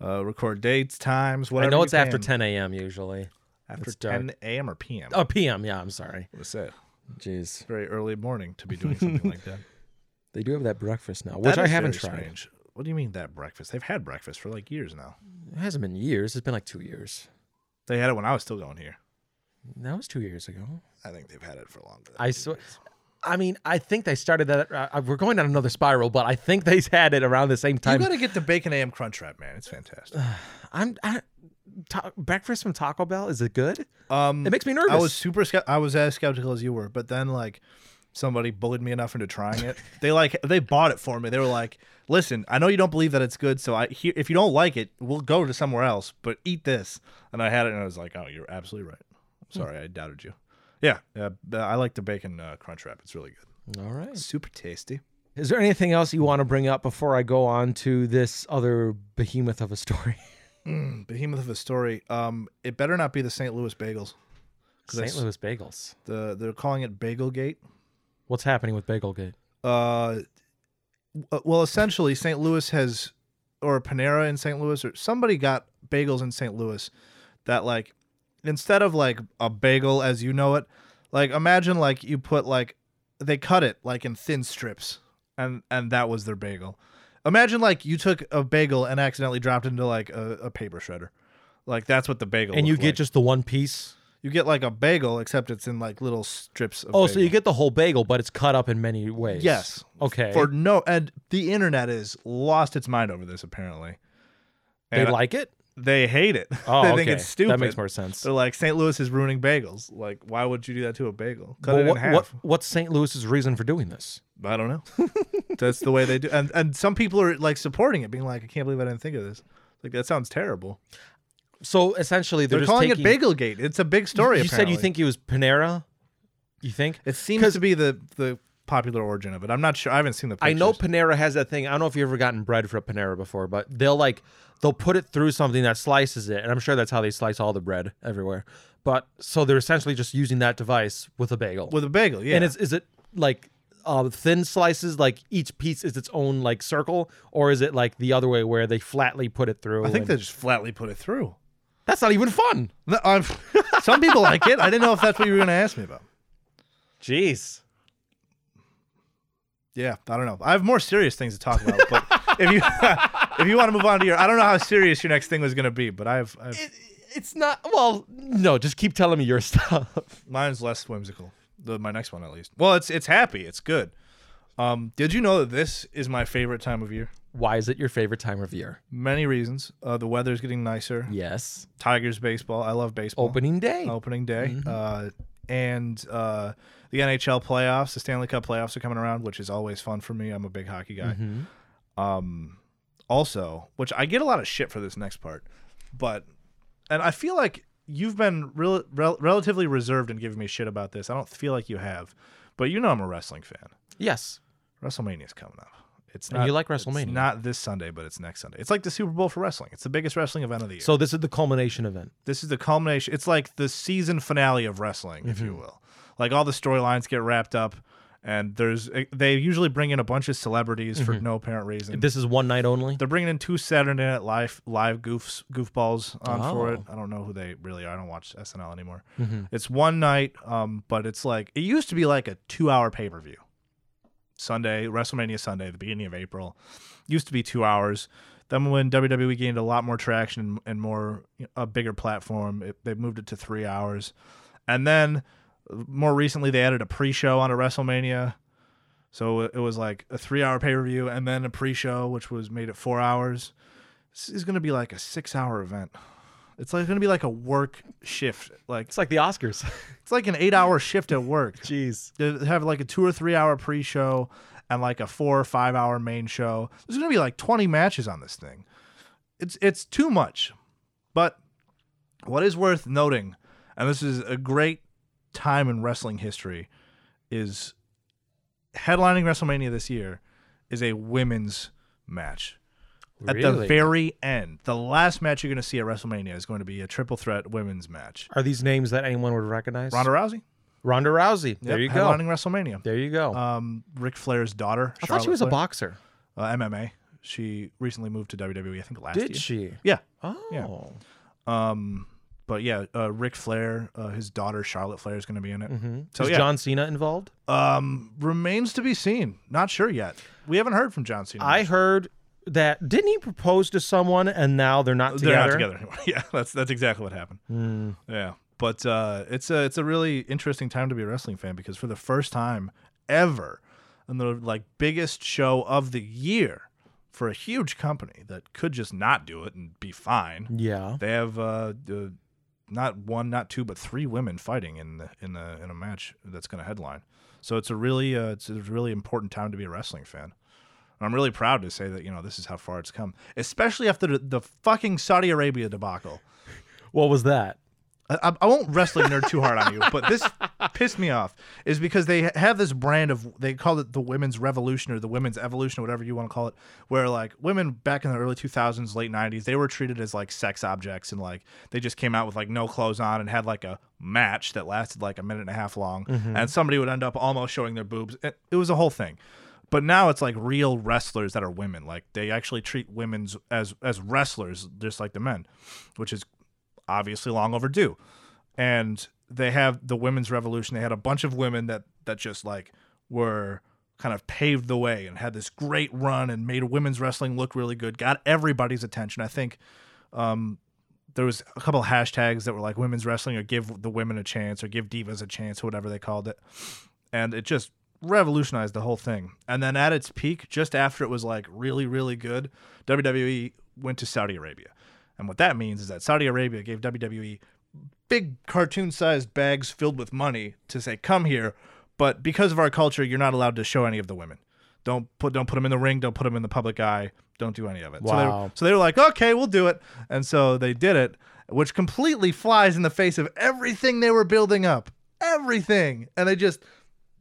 uh, record dates, times, I whatever. know you it's after can. 10 a.m. usually. After it's dark. ten a.m. or p.m. Oh, p.m. Yeah, I'm sorry. What is that? Jeez. Very early morning to be doing something like *laughs* that. They do have that breakfast now, which That I is haven't very tried. strange. What do you mean that breakfast? They've had breakfast for like years now. It hasn't been years. It's been like two years. They had it when I was still going here. That was two years ago. I think they've had it for longer. than I two swear. years. I mean, I think they started that. Uh, we're going down another spiral, but I think they *laughs* had it around the same You time. gotta get the bacon AM crunch wrap, man. It's fantastic. I'm I, ta- breakfast from Taco Bell. Is it good? Um, It makes me nervous. I was super skeptical. I was as skeptical as you were, but then like somebody bullied me enough into trying it. they like they bought it for me. They were like, "Listen, I know you don't believe that it's good, so I here, if you don't like it, we'll go to somewhere else, but eat this." And I had it and I was like, "Oh, you're absolutely right. Sorry, I doubted you." Yeah, uh, I like the bacon uh, crunch wrap. It's really good. All right. Super tasty. Is there anything else you want to bring up before I go on to this other behemoth of a *laughs* story? *clears throat* Behemoth of a story. Um, it better not be the St. Louis bagels. 'Cause I St. s- Louis bagels. The they're calling it Bagelgate. What's happening with Bagelgate? uh, w- well, essentially, St. Louis has, or Panera in St. Louis, or somebody got bagels in St. Louis that, like, instead of like a bagel as you know it, like, imagine like you put like, they cut it like in thin strips, and and that was their bagel. Imagine like you took a bagel and accidentally dropped it into like a, a paper shredder. Like that's what the bagel. And you looked get like. just the one piece. you get like a bagel except it's in like little strips. Of Oh, so bagel. you get the whole bagel, but it's cut up in many ways. Yes. Okay. for no and the internet is lost its mind over this apparently they and like *laughs* it. they hate it *laughs* Oh, they okay. think it's stupid That makes more sense. they're like st louis is ruining bagels like why would you do that to a bagel cut Well, it in what, half what, what's St. Louis's reason for doing this? i don't know *laughs* that's the way they do and and some people are like supporting it being like i can't believe i didn't think of this like that sounds terrible So essentially, they're, they're just calling taking, it bagelgate it's a big story You said you apparently. think it was Panera. You think? it 'cause- seems to be the the popular origin of it i'm not sure i haven't seen the I pictures. know Panera has that thing. I don't know if you've ever gotten bread from Panera before, but they'll like they'll put it through something that slices it, and I'm sure that's how they slice all the bread everywhere. But so they're essentially just using that device with a bagel. with a bagel yeah and it's is it like uh, thin slices? Like each piece is its own like circle, or is it like the other way where they flatly put it through? i think they and- just flatly put it through that's not even fun. No, I'm, *laughs* some people like it. I didn't know if that's what you were going to ask me about. Jeez. Yeah, I don't know. I have more serious things to talk about, but if you *laughs* if you want to move on to your, I don't know how serious your next thing was going to be, but I have, I have It, it's not. Well, no. Just keep telling me your *laughs* stuff. mine's less whimsical. The, my next one, at least. Well, it's it's happy. It's good. Um, did you know that this is my favorite time of year? Why is it your favorite time of year? Many reasons. Uh, the weather's getting nicer. Yes. Tigers baseball. I love baseball. Opening day. opening day. Mm-hmm. Uh, and uh, the NHL playoffs, the Stanley Cup playoffs are coming around, which is always fun for me. I'm a big hockey guy. Um, Mm-hmm. also, which I get a lot of shit for this next part, but and I feel like you've been real, rel- relatively reserved in giving me shit about this. I don't feel like you have, but you know I'm a wrestling fan. Yes. WrestleMania's coming up. It's And not you like it's WrestleMania. not this Sunday, but it's next Sunday. It's like the Super Bowl for wrestling. It's the biggest wrestling event of the year. So this is the culmination event. this is the culmination. It's like the season finale of wrestling, if Mm-hmm. you will. Like all the storylines get wrapped up, and there's eh, they usually bring in a bunch of celebrities for no apparent reason. Mm-hmm. This is one night only. They're bringing in two Saturday Night Live live goofs goofballs on for it. Oh. I don't know who they really are. I don't watch SNL anymore. Mm-hmm. It's one night, um, but it's like it used to be like a two hour pay per view. Sunday, WrestleMania Sunday, the beginning of April, used to be two hours. Then when WWE gained a lot more traction and more you know, a bigger platform, it, they moved it to three hours, and then uh, more recently they added a pre-show on a WrestleMania. So it was like a three-hour pay-per-view and then a pre-show, which was made it four hours. This is going to be like a six-hour event. It's like going to be like a work shift. Like It's like the Oscars. *laughs* it's like an eight-hour shift at work. Jeez. They have like a two or three-hour pre-show and like a four or five-hour main show. There's going to be like 20 matches on this thing. It's it's too much. But what is worth noting, and this is a great time in wrestling history, is headlining WrestleMania this year is a women's match. At the Really? very end, the last match you're going to see at WrestleMania is going to be a triple threat women's match. Are these names that anyone would recognize? Ronda Rousey. Ronda Rousey. there you Yep, go. Headlining WrestleMania. There you go. Um, Ric Flair's daughter. I thought she was a Charlotte boxer. Flair, uh, MMA. She recently moved to WWE. I think last year. Did she? Yeah. Oh. Um, but yeah, uh, Ric Flair, uh, his daughter Charlotte Flair is going to be in it. hmm So is yeah. John Cena involved? Um, remains to be seen. Not sure yet. We haven't heard from John Cena. I heard that didn't he propose to someone and now they're not they're together? not together anymore. *laughs* Yeah, that's that's exactly what happened. Yeah, but uh, it's a it's a really interesting time to be a wrestling fan because for the first time ever, and the like biggest show of the year for a huge company that could just not do it and be fine, Yeah. they have uh, uh, not one, not two, but three women fighting in the, in the in a match that's going to headline. So it's a really uh, it's a really important time to be a wrestling fan. And I'm really proud to say that you know this is how far it's come, especially after the, the fucking Saudi Arabia debacle. What was that? I, I- I won't wrestling nerd too hard on you, but this pissed me off is because they have this brand of they call it the women's revolution or the women's evolution or whatever you want to call it, where like women back in the early 2000s, late 90s, they were treated as like sex objects and like they just came out with like no clothes on and had like a match that lasted like a minute and a half long, and somebody would end up almost showing their boobs. It, it was a whole thing. But now it's like real wrestlers that are women. Like they actually treat women's as as wrestlers just like the men, which is obviously long overdue. And they have the women's revolution. They had a bunch of women that that just like were kind of paved the way and had this great run and made women's wrestling look really good. Got everybody's attention. I think um, there was a couple of hashtags that were like women's wrestling or give the women a chance or give divas a chance or whatever they called it and it just revolutionized the whole thing and then at its peak just after it was like really really good wwe went to saudi arabia and what that means is that saudi arabia gave wwe big cartoon sized bags filled with money to say come here but because of our culture you're not allowed to show any of the women don't put don't put them in the ring don't put them in the public eye don't do any of it So they- Wow. so they were like okay we'll do it and so they did it which completely flies in the face of everything they were building up everything and they just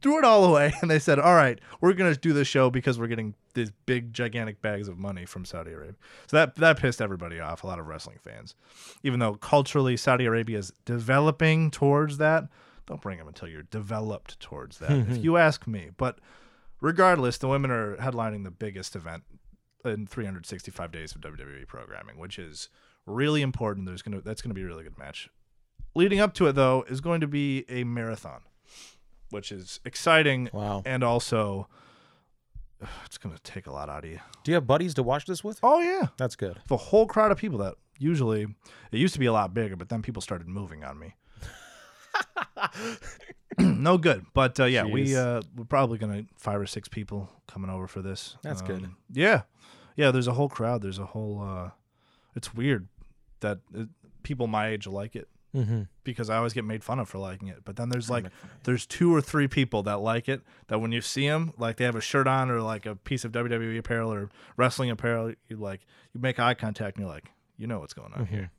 threw it all away *laughs* and they said all right we're going to do this show because we're getting these big gigantic bags of money from Saudi Arabia so that that pissed everybody off a lot of wrestling fans even though culturally Saudi Arabia is developing towards that don't bring them until you're developed towards that if you ask me but regardless the women are headlining the biggest event in 365 days of WWE programming which is really important there's going to that's going to be a really good match leading up to it though is going to be a marathon which is exciting Wow. and also *sighs* it's going to take a lot out of you Do you have buddies to watch this with? oh yeah That's good. the whole crowd of people that usually it used to be a lot bigger but then people started moving *laughs* on me *clears throat* no good but uh, yeah we Jeez. uh, we're probably going to five or six people coming over for this That's good. Um, yeah yeah there's a whole crowd there's a whole uh, it's weird that uh, people my age like it Mm-hmm. because I always get made fun of for liking it. But then there's like there's two or three people that like it that when you see them, like they have a shirt on or like a piece of WWE apparel or wrestling apparel, you like you make eye contact and you're like, you know what's going Mm-hmm. on here.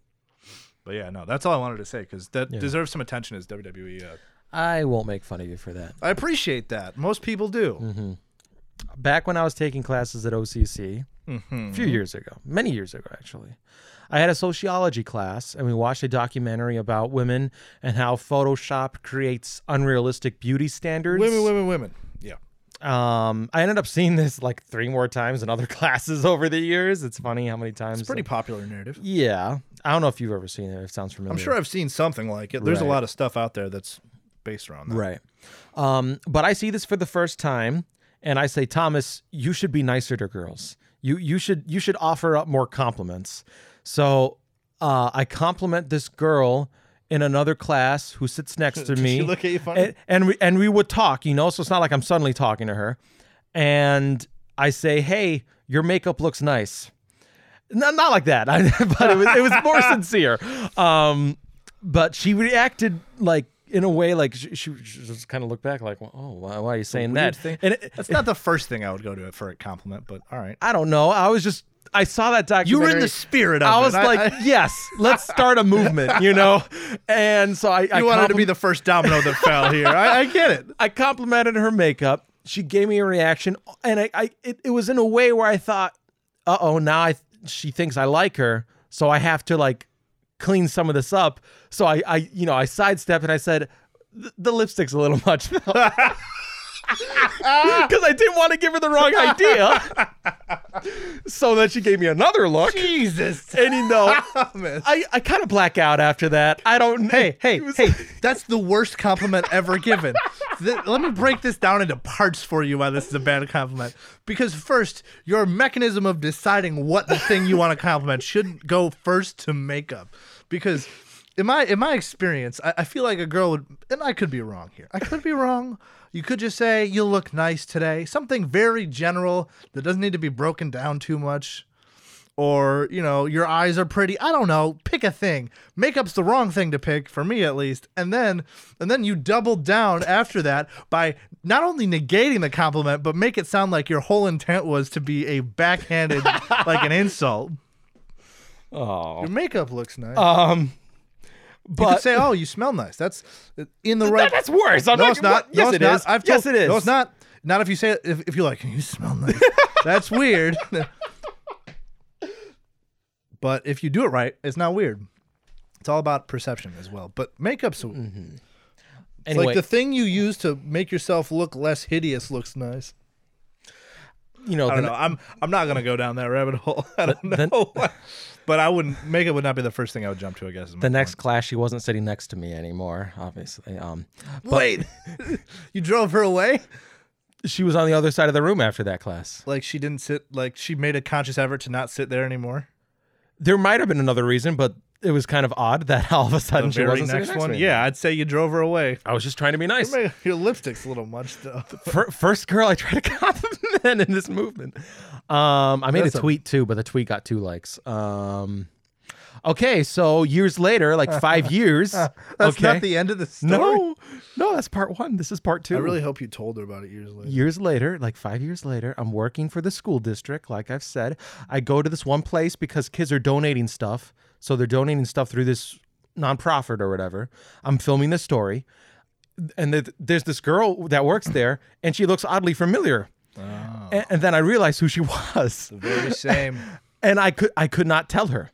But yeah, no, that's all I wanted to say because that deserves some attention as WWE. Uh, I won't make fun of you for that. Mm-hmm. I appreciate that. Most people do. back when I was taking classes at OCC a Mm-hmm. few years ago, many years ago actually, I had a sociology class and we watched a documentary about women and how Photoshop creates unrealistic beauty standards. Women, women, women. Yeah. Um, I ended up seeing this like three more times in other *laughs* classes over the years. It's funny how many times. Pretty popular narrative. Yeah, I don't know if you've ever seen it. If it sounds familiar. I'm sure I've seen something like it. There's a Right. lot of stuff out there that's based around that. Right. Um, but I see this for the first time, and I say, Thomas, you should be nicer to girls. You you should you should offer up more compliments. So uh, I compliment this girl in another class who sits next *laughs* to me. She look at you funny. and and we, and we would talk, you know. So it's not like I'm suddenly talking to her. And I say, "Hey, your makeup looks nice." No, not like that, *laughs* I, but it was, it was *laughs* more sincere. Um, but she reacted like in a way like she, she just kind of looked back like, "Oh, why, why are you saying weird that?" thing. And it, that's not the first thing I would go to it for a compliment, but all right. I don't know. I was just I saw that You documentary. were in the spirit of I it. was like, "Yes, let's start a movement," you *laughs* know. And so I I you wanted to compliment- be the first domino that fell here. I, I get it. I complimented her makeup. She gave me a reaction, and I, I it, it was in a way where I thought, "Uh oh, now I she thinks I like her, so I have to like clean some of this up." So I, I you know, I sidestepped and I said, "The, the lipstick's a little *laughs* much," because I didn't want to give her the wrong idea. *laughs* so then she gave me another look, *laughs* Jesus. *laughs* and you know. *laughs* Thomas. I, I kind of black out after that. I don't. *laughs* Hey, Hey, hey, that's the worst compliment ever given. Th- let me break this down into parts for you why this is a bad compliment. Because first, your mechanism of deciding what the thing you want to compliment should go first to makeup. Because in my in my experience, I, I feel like a girl would and I could be wrong here. I could be wrong. You could just say, You look nice today. Something very general that doesn't need to be broken down too much or you know your eyes are pretty i don't know pick a thing makeup's the wrong thing to pick for me at least and then and then you double down after that by not only negating the compliment but make it sound like your whole intent was to be a *laughs* backhanded like an insult Oh, your makeup looks nice um, you but could say oh you smell nice that's uh, in the That- right that's worse. I'm no not, it's not what- No, Yes, it's it not. is. I've yes, told- it is. no it's not not if you say it if, if you're like *laughs* you smell nice that's weird *laughs* but if you do it right it's not weird it's all about perception as well but makeup's it's Mm-hmm. Anyway, like the thing you use to make yourself look less hideous looks nice you know, I don't the- know. I'm I'm not gonna go down that rabbit hole. *laughs* I don't The- the- know. but I wouldn't makeup would not be the first thing I would jump to. I guess. is my the next class she wasn't sitting next to me anymore. Obviously, um, point. Wait, you drove her away? she was on the other side of the room after that class. Like she didn't sit. Like she made a conscious effort to not sit there anymore. There might have been another reason, but it was kind of odd that *laughs* all of a sudden she very wasn't sitting next next to one. me. Yeah, I'd say you drove her away. I was just trying to be nice. *laughs* Your lipstick's a little much though. Fir- First girl I tried to *laughs* compliment in this movement. Um, I made That's a a- tweet too, but the tweet got two likes. Um, okay, so years later, like *laughs* five years. *laughs* That's okay. not the end of the story. no, no, that's part one. This is part two. I really hope you told her about it years *laughs* later. years later, like five years later, I'm working for the school district. Like I've said, I go to this one place because kids are donating stuff. So they're donating stuff through this nonprofit or whatever. I'm filming this story. And th- there's this girl that works there, and she looks oddly familiar. Ah. And, and then I realized who she *laughs* was, Very same. and I could I could not tell her,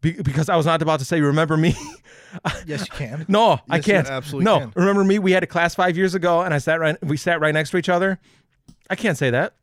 be- because I was not about to say, "Remember me." *laughs* yes, you can. No, I Yes, you can't. absolutely no, can. remember me? We had a class five years ago, and I sat right. We sat right next to each other. I can't say *laughs* that.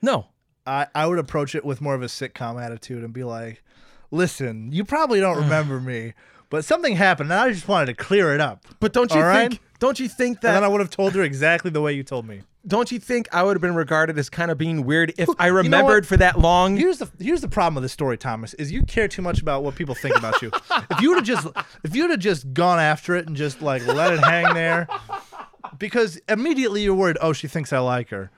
No, I, I would approach it with more of a sitcom attitude and be like, listen, you probably *sighs* don't remember me, but something happened and I just wanted to clear it up. but don't you All right. think? Don't you think And then that? I would have told her exactly the way you told me. Don't you think I would have been regarded as kind of being weird if I what? remembered for that long? Here's the here's the problem with this story, Thomas, is you care too much about what people think about you. if you would have just if you would have just gone after it and just like let it hang there. Because immediately you're worried, oh, she thinks I like her.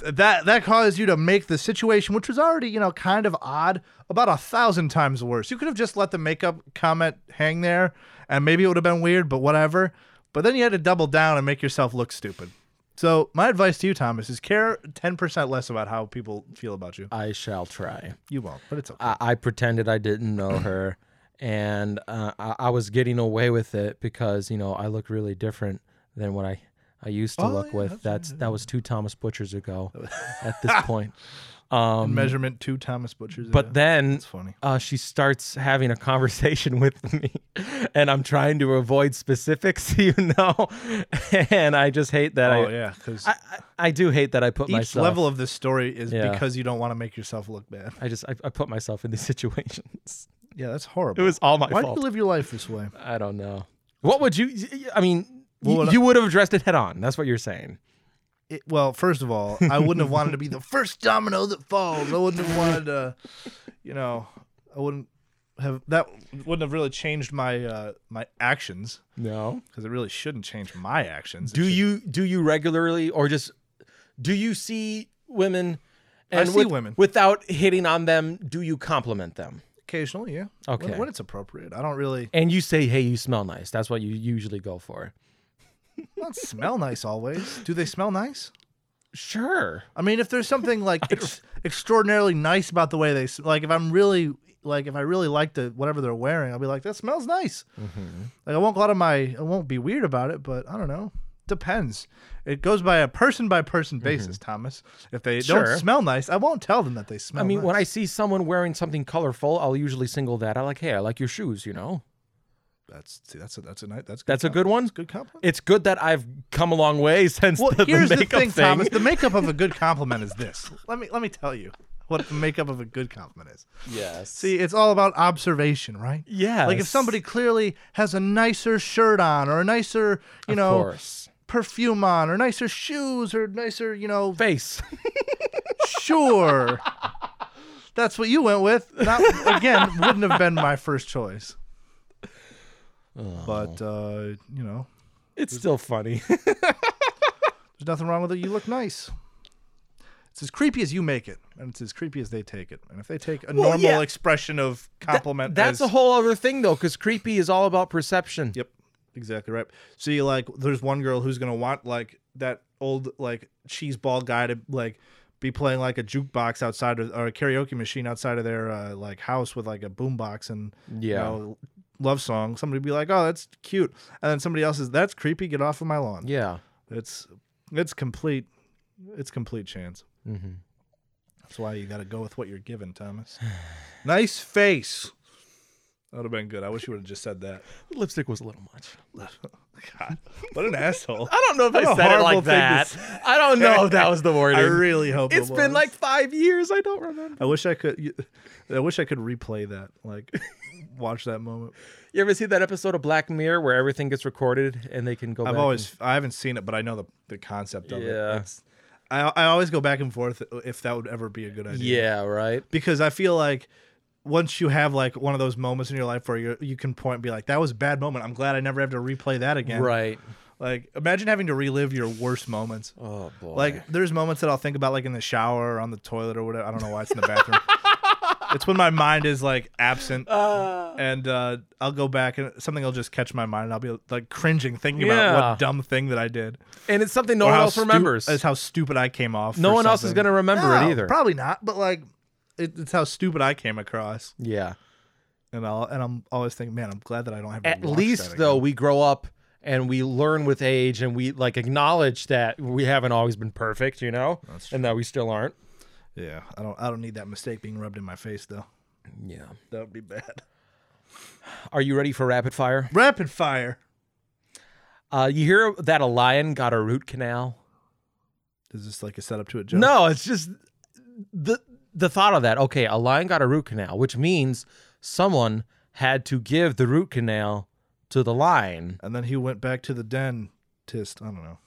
Th- That that caused you to make the situation, which was already, you know, kind of odd, about a thousand times worse. You could have just let the makeup comment hang there and maybe it would have been weird, but whatever. But then you had to double down and make yourself look stupid. So my advice to you, Thomas, is care ten percent less about how people feel about you. I shall try. You won't, but it's okay. I, I pretended I didn't know her, and uh, I, I was getting away with it because you know I look really different than what I I used to Oh, look yeah, with. that's That's that was two Thomas Butchers *laughs* ago. at this point, Measurement to Thomas Butcher's. Um, but then it's funny. uh, she starts having a conversation *laughs* with me, and I'm trying to avoid specifics, *laughs* you know. and I just hate that. Oh I, yeah, because I, I I do hate that I put each myself. level of this story is Yeah. because you don't want to make yourself look bad. I just I, I put myself in these *laughs* situations. *laughs* Yeah, that's horrible. It was all my Why do fault. you live your life this way? I don't know. What would you? I mean, What would you, I- you would have addressed it head on. That's what you're saying. It, well, first of all, I wouldn't have wanted *laughs* to be the first domino that falls. I wouldn't have wanted to, you know, I wouldn't have that wouldn't have really changed my uh, my actions No. because it really shouldn't change my actions. It Do should- you do you regularly or just do you see women? I see with- women. without hitting on them. Do you compliment them? occasionally? Yeah. Okay. When, when it's appropriate. I don't really And you say, "Hey, you smell nice." That's what you usually go for. I don't smell nice always. Do they smell nice? Sure. I mean, if there's something *laughs* like ex- extraordinarily nice about the way they s- like, if I'm really like, if I really like the whatever they're wearing, I'll be like, that smells nice. Mm-hmm. Like, I won't go out of my, I won't be weird about it, but I don't know. Depends. It goes by a person by person basis, Thomas. If they Mm-hmm. Sure. don't smell nice, I won't tell them that they smell. I mean, nice. when I see someone wearing something colorful, I'll usually single that. I like, "Hey, I like your shoes." You know, that's see, that's a that's a ni- that's that's a good one. That's a good compliment. It's good that I've come a long way *laughs* since Well, the, the here's the, makeup thing, *laughs* Thomas. The makeup of a good compliment is this. Let me let me tell you what the makeup of a good compliment is. Yes. See, it's all about observation, right? Yes. Like if somebody clearly has a nicer shirt on or a nicer, you Of know, course. perfume on or nicer shoes or nicer, you know, face. *laughs* sure. That's what you went with. Not again, wouldn't have been my first choice. But uh, Oh. you know, It's still *laughs* funny. there's nothing wrong with it. You look nice. It's as creepy as you make it, and it's as creepy as they take it. And if they take a Well, normal yeah. expression of compliment, That's as, a whole other thing though, because creepy is all about perception. Yep, exactly right. See, like, there's one girl who's gonna want like that old like cheese ball guy to like be playing like a jukebox outside of, or a karaoke machine outside of their uh, like house with like a boombox and Yeah. you know, love song. Somebody be like, oh, that's cute, and then somebody else is that's creepy. Get off of my lawn. Yeah. It's it's complete. It's complete chance. Mm-hmm. That's why you got to go with what you're given, Thomas. *sighs* nice face. That would have been good. I wish you would have just said that. Lipstick was a little much. God, what an asshole. I don't know if What I a said it horrible like thing to that. say. I don't know if that was *laughs* the *laughs* I wording. really hope it it's been was. like five years. I don't remember. I wish I could. you- I wish I could replay that. Like, watch that moment. You ever see that episode of Black Mirror where everything gets recorded and they can go I've back? always. I haven't seen it, but I know the the concept of and, it. yeah. I I always go back and forth if that would ever be a good idea. Yeah, right. Because I feel like once you have like one of those moments in your life where you you can point and be like, that was a bad moment. I'm glad I never have to replay that again. Right. Like, imagine having to relive your worst moments. Oh boy. Like there's moments that I'll think about like in the shower or on the toilet or whatever. I don't know why it's in the *laughs* bathroom. it's when my mind is like absent and uh, I'll go back and something will just catch my mind and I'll be like cringing thinking about Yeah. what dumb thing that I did. and it's something no Or one how else stu- remembers. It's how stupid I came off. no or one else is something. gonna remember it No, either. Probably not, but like it, it's how stupid I came across. yeah. And I'll and I'm always thinking, man, I'm glad that I don't have to At watch that least again." though, we grow up and we learn with age and we like acknowledge that we haven't always been perfect, you know, and that we still aren't. Yeah. I don't I don't need that mistake being rubbed in my face though. Yeah. That would be bad. *laughs* Are you ready for rapid fire? Rapid fire. Uh, you hear that a lion got a root canal? Is this like a setup to a joke? No, it's just the the thought of that. Okay, a lion got a root canal, which means someone had to give the root canal to the lion. And then he went back to the dentist. I don't know.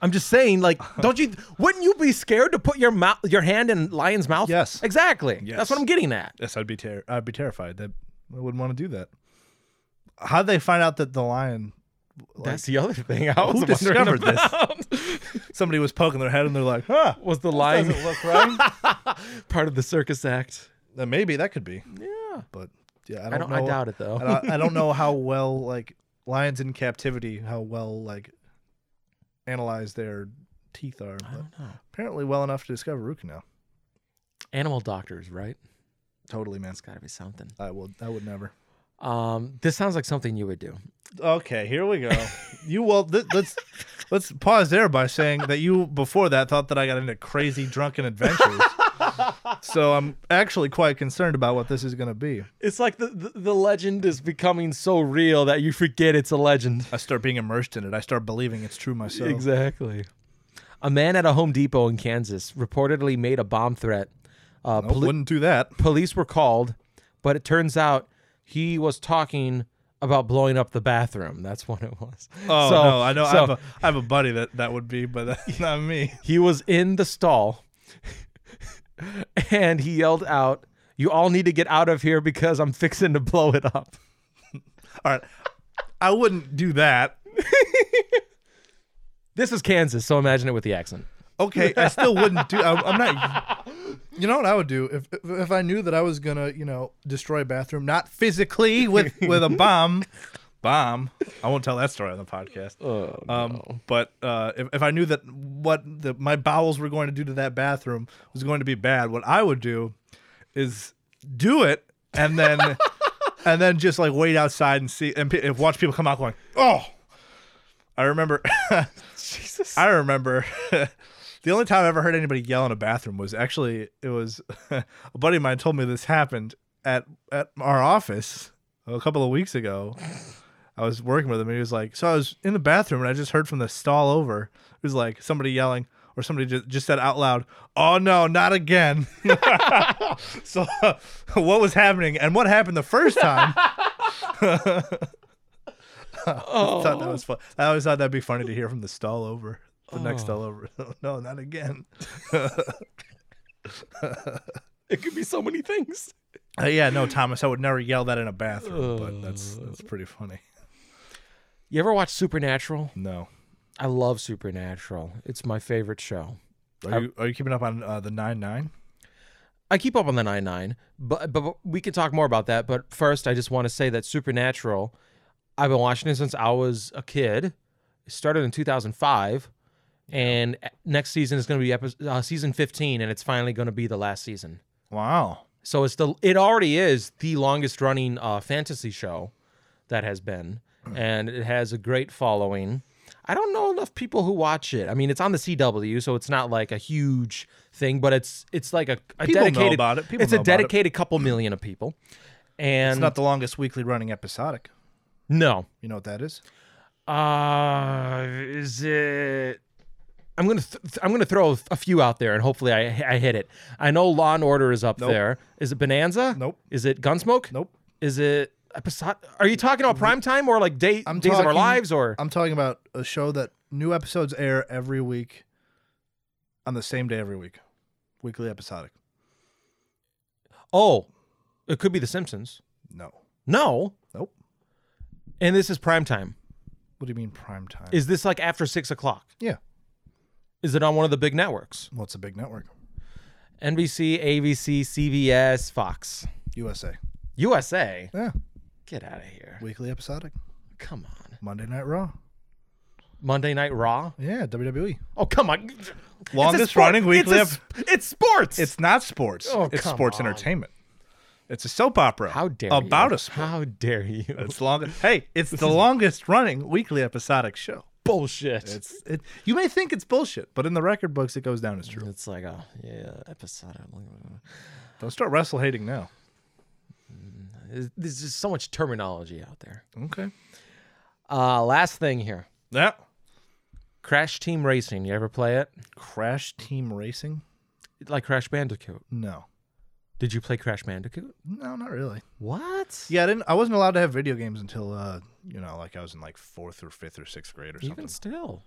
I'm just saying, *laughs* like, don't you? Wouldn't you be scared to put your mouth, your hand in lion's mouth? Yes. exactly. That's Yes. what I'm getting at. Yes, I'd be ter- I'd be terrified. That I wouldn't want to do that. How'd they find out that the lion That's the other thing. I was Who discovered wondering this? about. somebody was poking their head and they're like, *laughs* huh? *laughs* Was the lion Doesn't look right. part of the circus act? *laughs* then maybe that could be. Yeah. But yeah, I I don't, don't. know. I doubt it though. I don't, I *laughs* don't know how well like lions in captivity, how well like analyze their teeth are. But apparently well enough to discover root canal. Animal doctors, right? Totally, man. It's got to be something. I would I would never. Um, this sounds like something you would do. Okay, here we go. You well, th- let's let's pause there by saying that you before that thought that I got into crazy drunken adventures. so I'm actually quite concerned about what this is going to be. It's like the, the the legend is becoming so real that you forget it's a *laughs* legend. I start being immersed in it. I start believing it's true myself. Exactly. A man at a Home Depot in Kansas reportedly made a bomb threat. Uh, Nope, poli- wouldn't do that. police were called, but it turns out he was talking about blowing up the bathroom. That's what it was. Oh So- no, I know. I, so- have a, I have a buddy that that would be, but that's not me. he was in the stall *laughs* and he yelled out, You all need to get out of here because I'm fixing to blow it up. All right, I wouldn't do that. This is Kansas, so imagine it with the accent. Okay, I still wouldn't do. I, I'm not. You know what I would do if if I knew that I was gonna, you know, destroy a bathroom, not physically with with a bomb, bomb. I won't tell that story on the podcast. Oh, Um, but uh, if, if I knew that what the, my bowels were going to do to that bathroom was going to be bad, what I would do is do it and *laughs* then and then just like wait outside and see and, pe- and watch people come out going, oh. I remember, *laughs* Jesus. I remember. *laughs* The only time I ever heard anybody yell in a bathroom was actually it was *laughs* a buddy of mine told me this happened at at our office a couple of weeks ago. I was working with him and he was like, so I was in the bathroom and I just heard from the stall over. It was like somebody yelling or somebody just, just said out loud, oh no, not again. *laughs* so *laughs* what was happening and what happened the first time? I *laughs* thought that was fun. I always thought that'd be funny to hear from the stall over, the next stall over. *laughs* no, not again. It could be so many things. Uh, yeah, no, Thomas, I would never yell that in a bathroom, but that's that's pretty funny. You ever watch Supernatural? No, I love Supernatural. It's my favorite show. are you are you keeping up on uh, the nine nine? I keep up on the 9 9, but, but we can talk more about that. But first, I just want to say that Supernatural, I've been watching it since I was a kid. It started in 2005. And next season is going to be episode, uh, season 15, and it's finally going to be the last season. Wow, So it's the it already is the longest running uh, fantasy show that has been, and it has a great following. I don't know enough people who watch it. I mean, it's on the CW, so it's not like a huge thing, but it's it's like a, a People know dedicated about it. People it's know a about it. dedicated couple million of people, and it's not the longest weekly running episodic. no, You know what that is? uh, is it? I'm gonna th- th- I'm gonna throw a few out there, and hopefully I I hit it. I know Law and Order is up there. Is it Bonanza? Nope. Is it Gunsmoke? Nope. Is it episode? Are you talking about prime time or like day, days of our Mm-hmm. talking- lives or? I'm talking about a show that new episodes air every week on the same day every week, weekly episodic. oh, it could be The Simpsons. No, No, nope. and this is prime time. What do you mean prime time? Is this like after six o'clock? yeah, Is it on one of the big networks? well, it's a big network, NBC, ABC, CBS, Fox, USA. USA. Yeah, Get out of here! weekly episodic, Come on, Monday Night Raw. Monday Night Raw. Yeah, E. WWE. Oh, come on. It's Longest a sport. running weekly It's, a sp- it's sports. It's not sports. Oh, it's come sports on. entertainment. It's a soap opera. how dare you? about a sport. How dare you? It's long. Hey, it's the longest running weekly episodic show. Bullshit. It's, It's it, you may think it's bullshit, but in the record books, it goes down as true. like a yeah episode. of- Don't start wrestle hating now. There's there's just so much terminology out there. Okay. Uh, last thing here. That Crash Team Racing. You ever play it? Crash Team Racing? Like Crash Bandicoot. No, Did you play Crash Bandicoot? no, not really. What? Yeah, I didn't. I wasn't allowed to have video games until uh, you know, like I was in like fourth or fifth or sixth grade or something. Even still.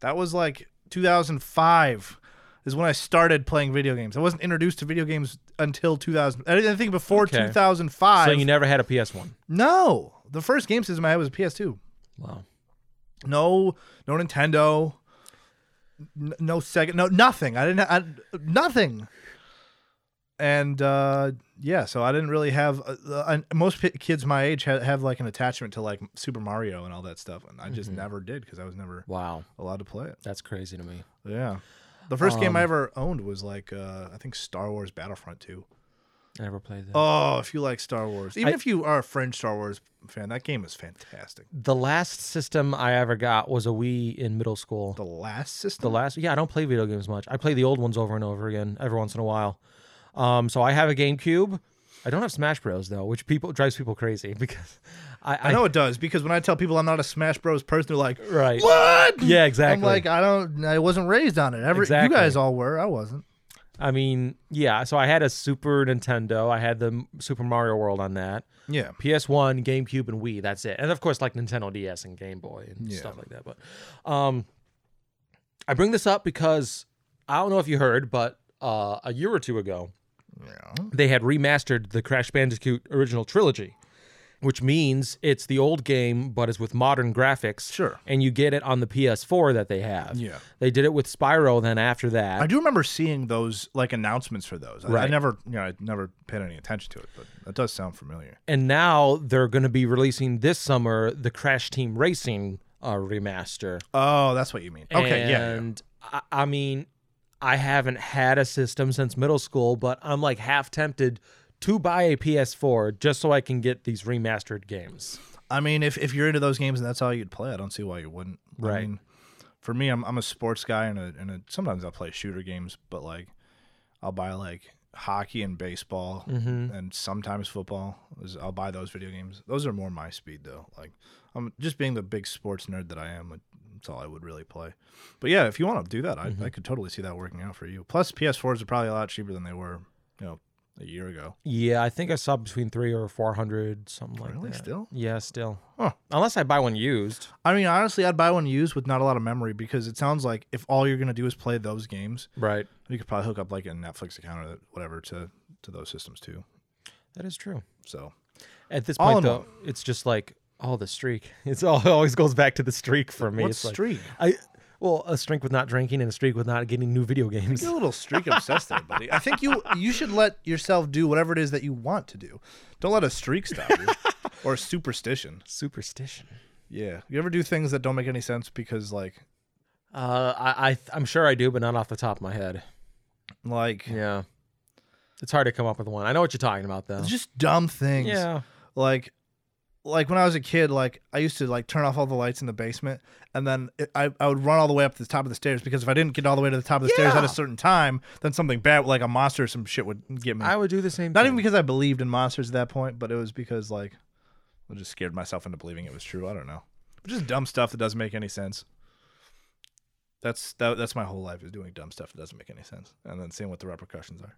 That was like 2005 is when I started playing video games. I wasn't introduced to video games until 2000. I didn't think before Okay. 2005. So you never had a PS1. no, the first game system I had was a PS2. Wow. No, no Nintendo. N- no Sega. No nothing. I didn't. I, nothing. And uh, yeah, so I didn't really have. Uh, uh, I- most p- kids my age have, have like an attachment to like Super Mario and all that stuff, and I just never did because I was never Wow. allowed to play it. That's crazy to me. Yeah. The first game I ever owned was like uh, I think Star Wars Battlefront 2. I never played that. Oh, if you like Star Wars, even I- if you are a French Star Wars fan, that game is fantastic. the last system I ever got was a Wii in middle school. The last The system. last, yeah, I don't play video games much. I play the old ones over and over again every once in a while. Um, so I have a GameCube. I don't have Smash Bros though, which people drives people crazy *laughs* because I, I, I know it does because when I tell people I'm not a Smash Bros. person, they're like, *laughs* right. "What?" Yeah, exactly. I'm like, I don't. I wasn't raised on it. Every Exactly. you guys all were. I wasn't. I mean, yeah. So I had a Super Nintendo. I had the M- Super Mario World on that. Yeah. PS1, GameCube, and Wii. That's it. And of course, like Nintendo DS and Game Boy and Yeah. stuff like that. But um, I bring this up because I don't know if you heard, but uh, a year or two ago, Yeah. they had remastered the Crash Bandicoot original trilogy, which means it's the old game, but it's with modern graphics. Sure. And you get it on the PS4 that they have. Yeah. They did it with Spyro then after that. I do remember seeing those like announcements for those. I- I, Right. never, you know, I never paid any attention to it, but that does sound familiar. and now they're going to be releasing this summer the Crash Team Racing uh, remaster. Oh, that's what you mean. Okay, yeah, yeah. and I, I mean, I haven't had a system since middle school, but I'm like half tempted to buy a PS4 just so I can get these remastered games. I mean, if, if you're into those games and that's all you'd play, I don't see why you wouldn't. I Right. mean, for me, I'm, I'm a sports guy, and, a, and a, sometimes I'll play shooter games, but like I'll buy like hockey and baseball, Mm-hmm. and sometimes football. Is- I'll buy those video games. Those are more my speed though. Like I'm just being the big sports nerd that I am. That's all I would really play. But yeah, if you want to do that, I, Mm-hmm. I could totally see that working out for you. Plus, PS4s are probably a lot cheaper than they were, you know, a year ago. Yeah, I think I saw between three or four hundred, something like Really? that. Still? Yeah, still. Huh. Unless I buy one used. I mean, honestly, I'd buy one used with not a lot of memory because it sounds like if all you're gonna do is play those games, Right. you could probably hook up like a Netflix account or whatever to to those systems too. That is true. So At this All point, in though, it's just like, oh, the streak. *laughs* It's all, it always goes back to the streak for me. what's it's like, streak? I well, a streak with not drinking and a streak with not getting new video games. *laughs* You're a little streak obsessed there, buddy. I think you you should let yourself do whatever it is that you want to do. Don't let a streak stop *laughs* you or superstition. Superstition. Yeah. You ever do things that don't make any sense because like Uh, I, I I'm sure I do, but not off the top of my head. like Yeah, it's hard to come up with one. I know what you're talking about though. just dumb things. Yeah, like like when I was a kid, like I used to like turn off all the lights in the basement, and then it, I I would run all the way up to the top of the stairs because if I didn't get all the way to the top of the stairs at Yeah. a certain time, then something bad like a monster or some shit would get me. I would do the same. Not thing. even because I believed in monsters at that point, but it was because like I just scared myself into believing it was true. I don't know, just dumb stuff that doesn't make any sense. That's that, that's my whole life is doing dumb stuff that doesn't make any sense, and then seeing what the repercussions are.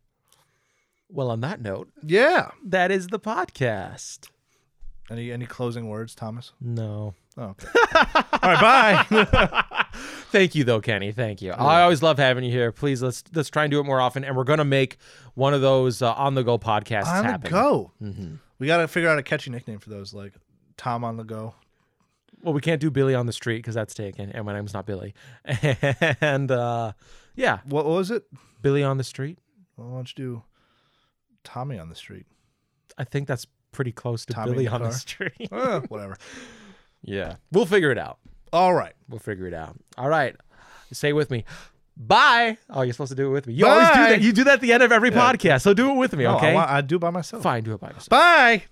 Well, on that note, Yeah. that is the podcast. Any any closing words, Thomas? No. Oh, okay. all *laughs* right. Bye. Thank you though, Kenny. Thank you. I always love having you here. Please let's let's try and do it more often. And we're gonna make one of those uh, on the go podcasts on happen. the go. We got to figure out a catchy nickname for those, like Tom on the go. Well, we can't do Billy on the street because that's taken, and my name's not Billy. *laughs* and uh, yeah, What, what was it? Billy on the street. Well, why don't you do Tommy on the street? I think that's pretty close to Tommy Billy in the on the car. street. *laughs* Eh, whatever. yeah, we'll figure it out. All right. We'll figure it out. All right, say it with me. Bye. Oh, you're supposed to do it with me. You always do Bye. that. You do that at the end of every podcast. So do it with me, No, I okay? wa- I, do by myself. Fine, do it by yourself. Bye.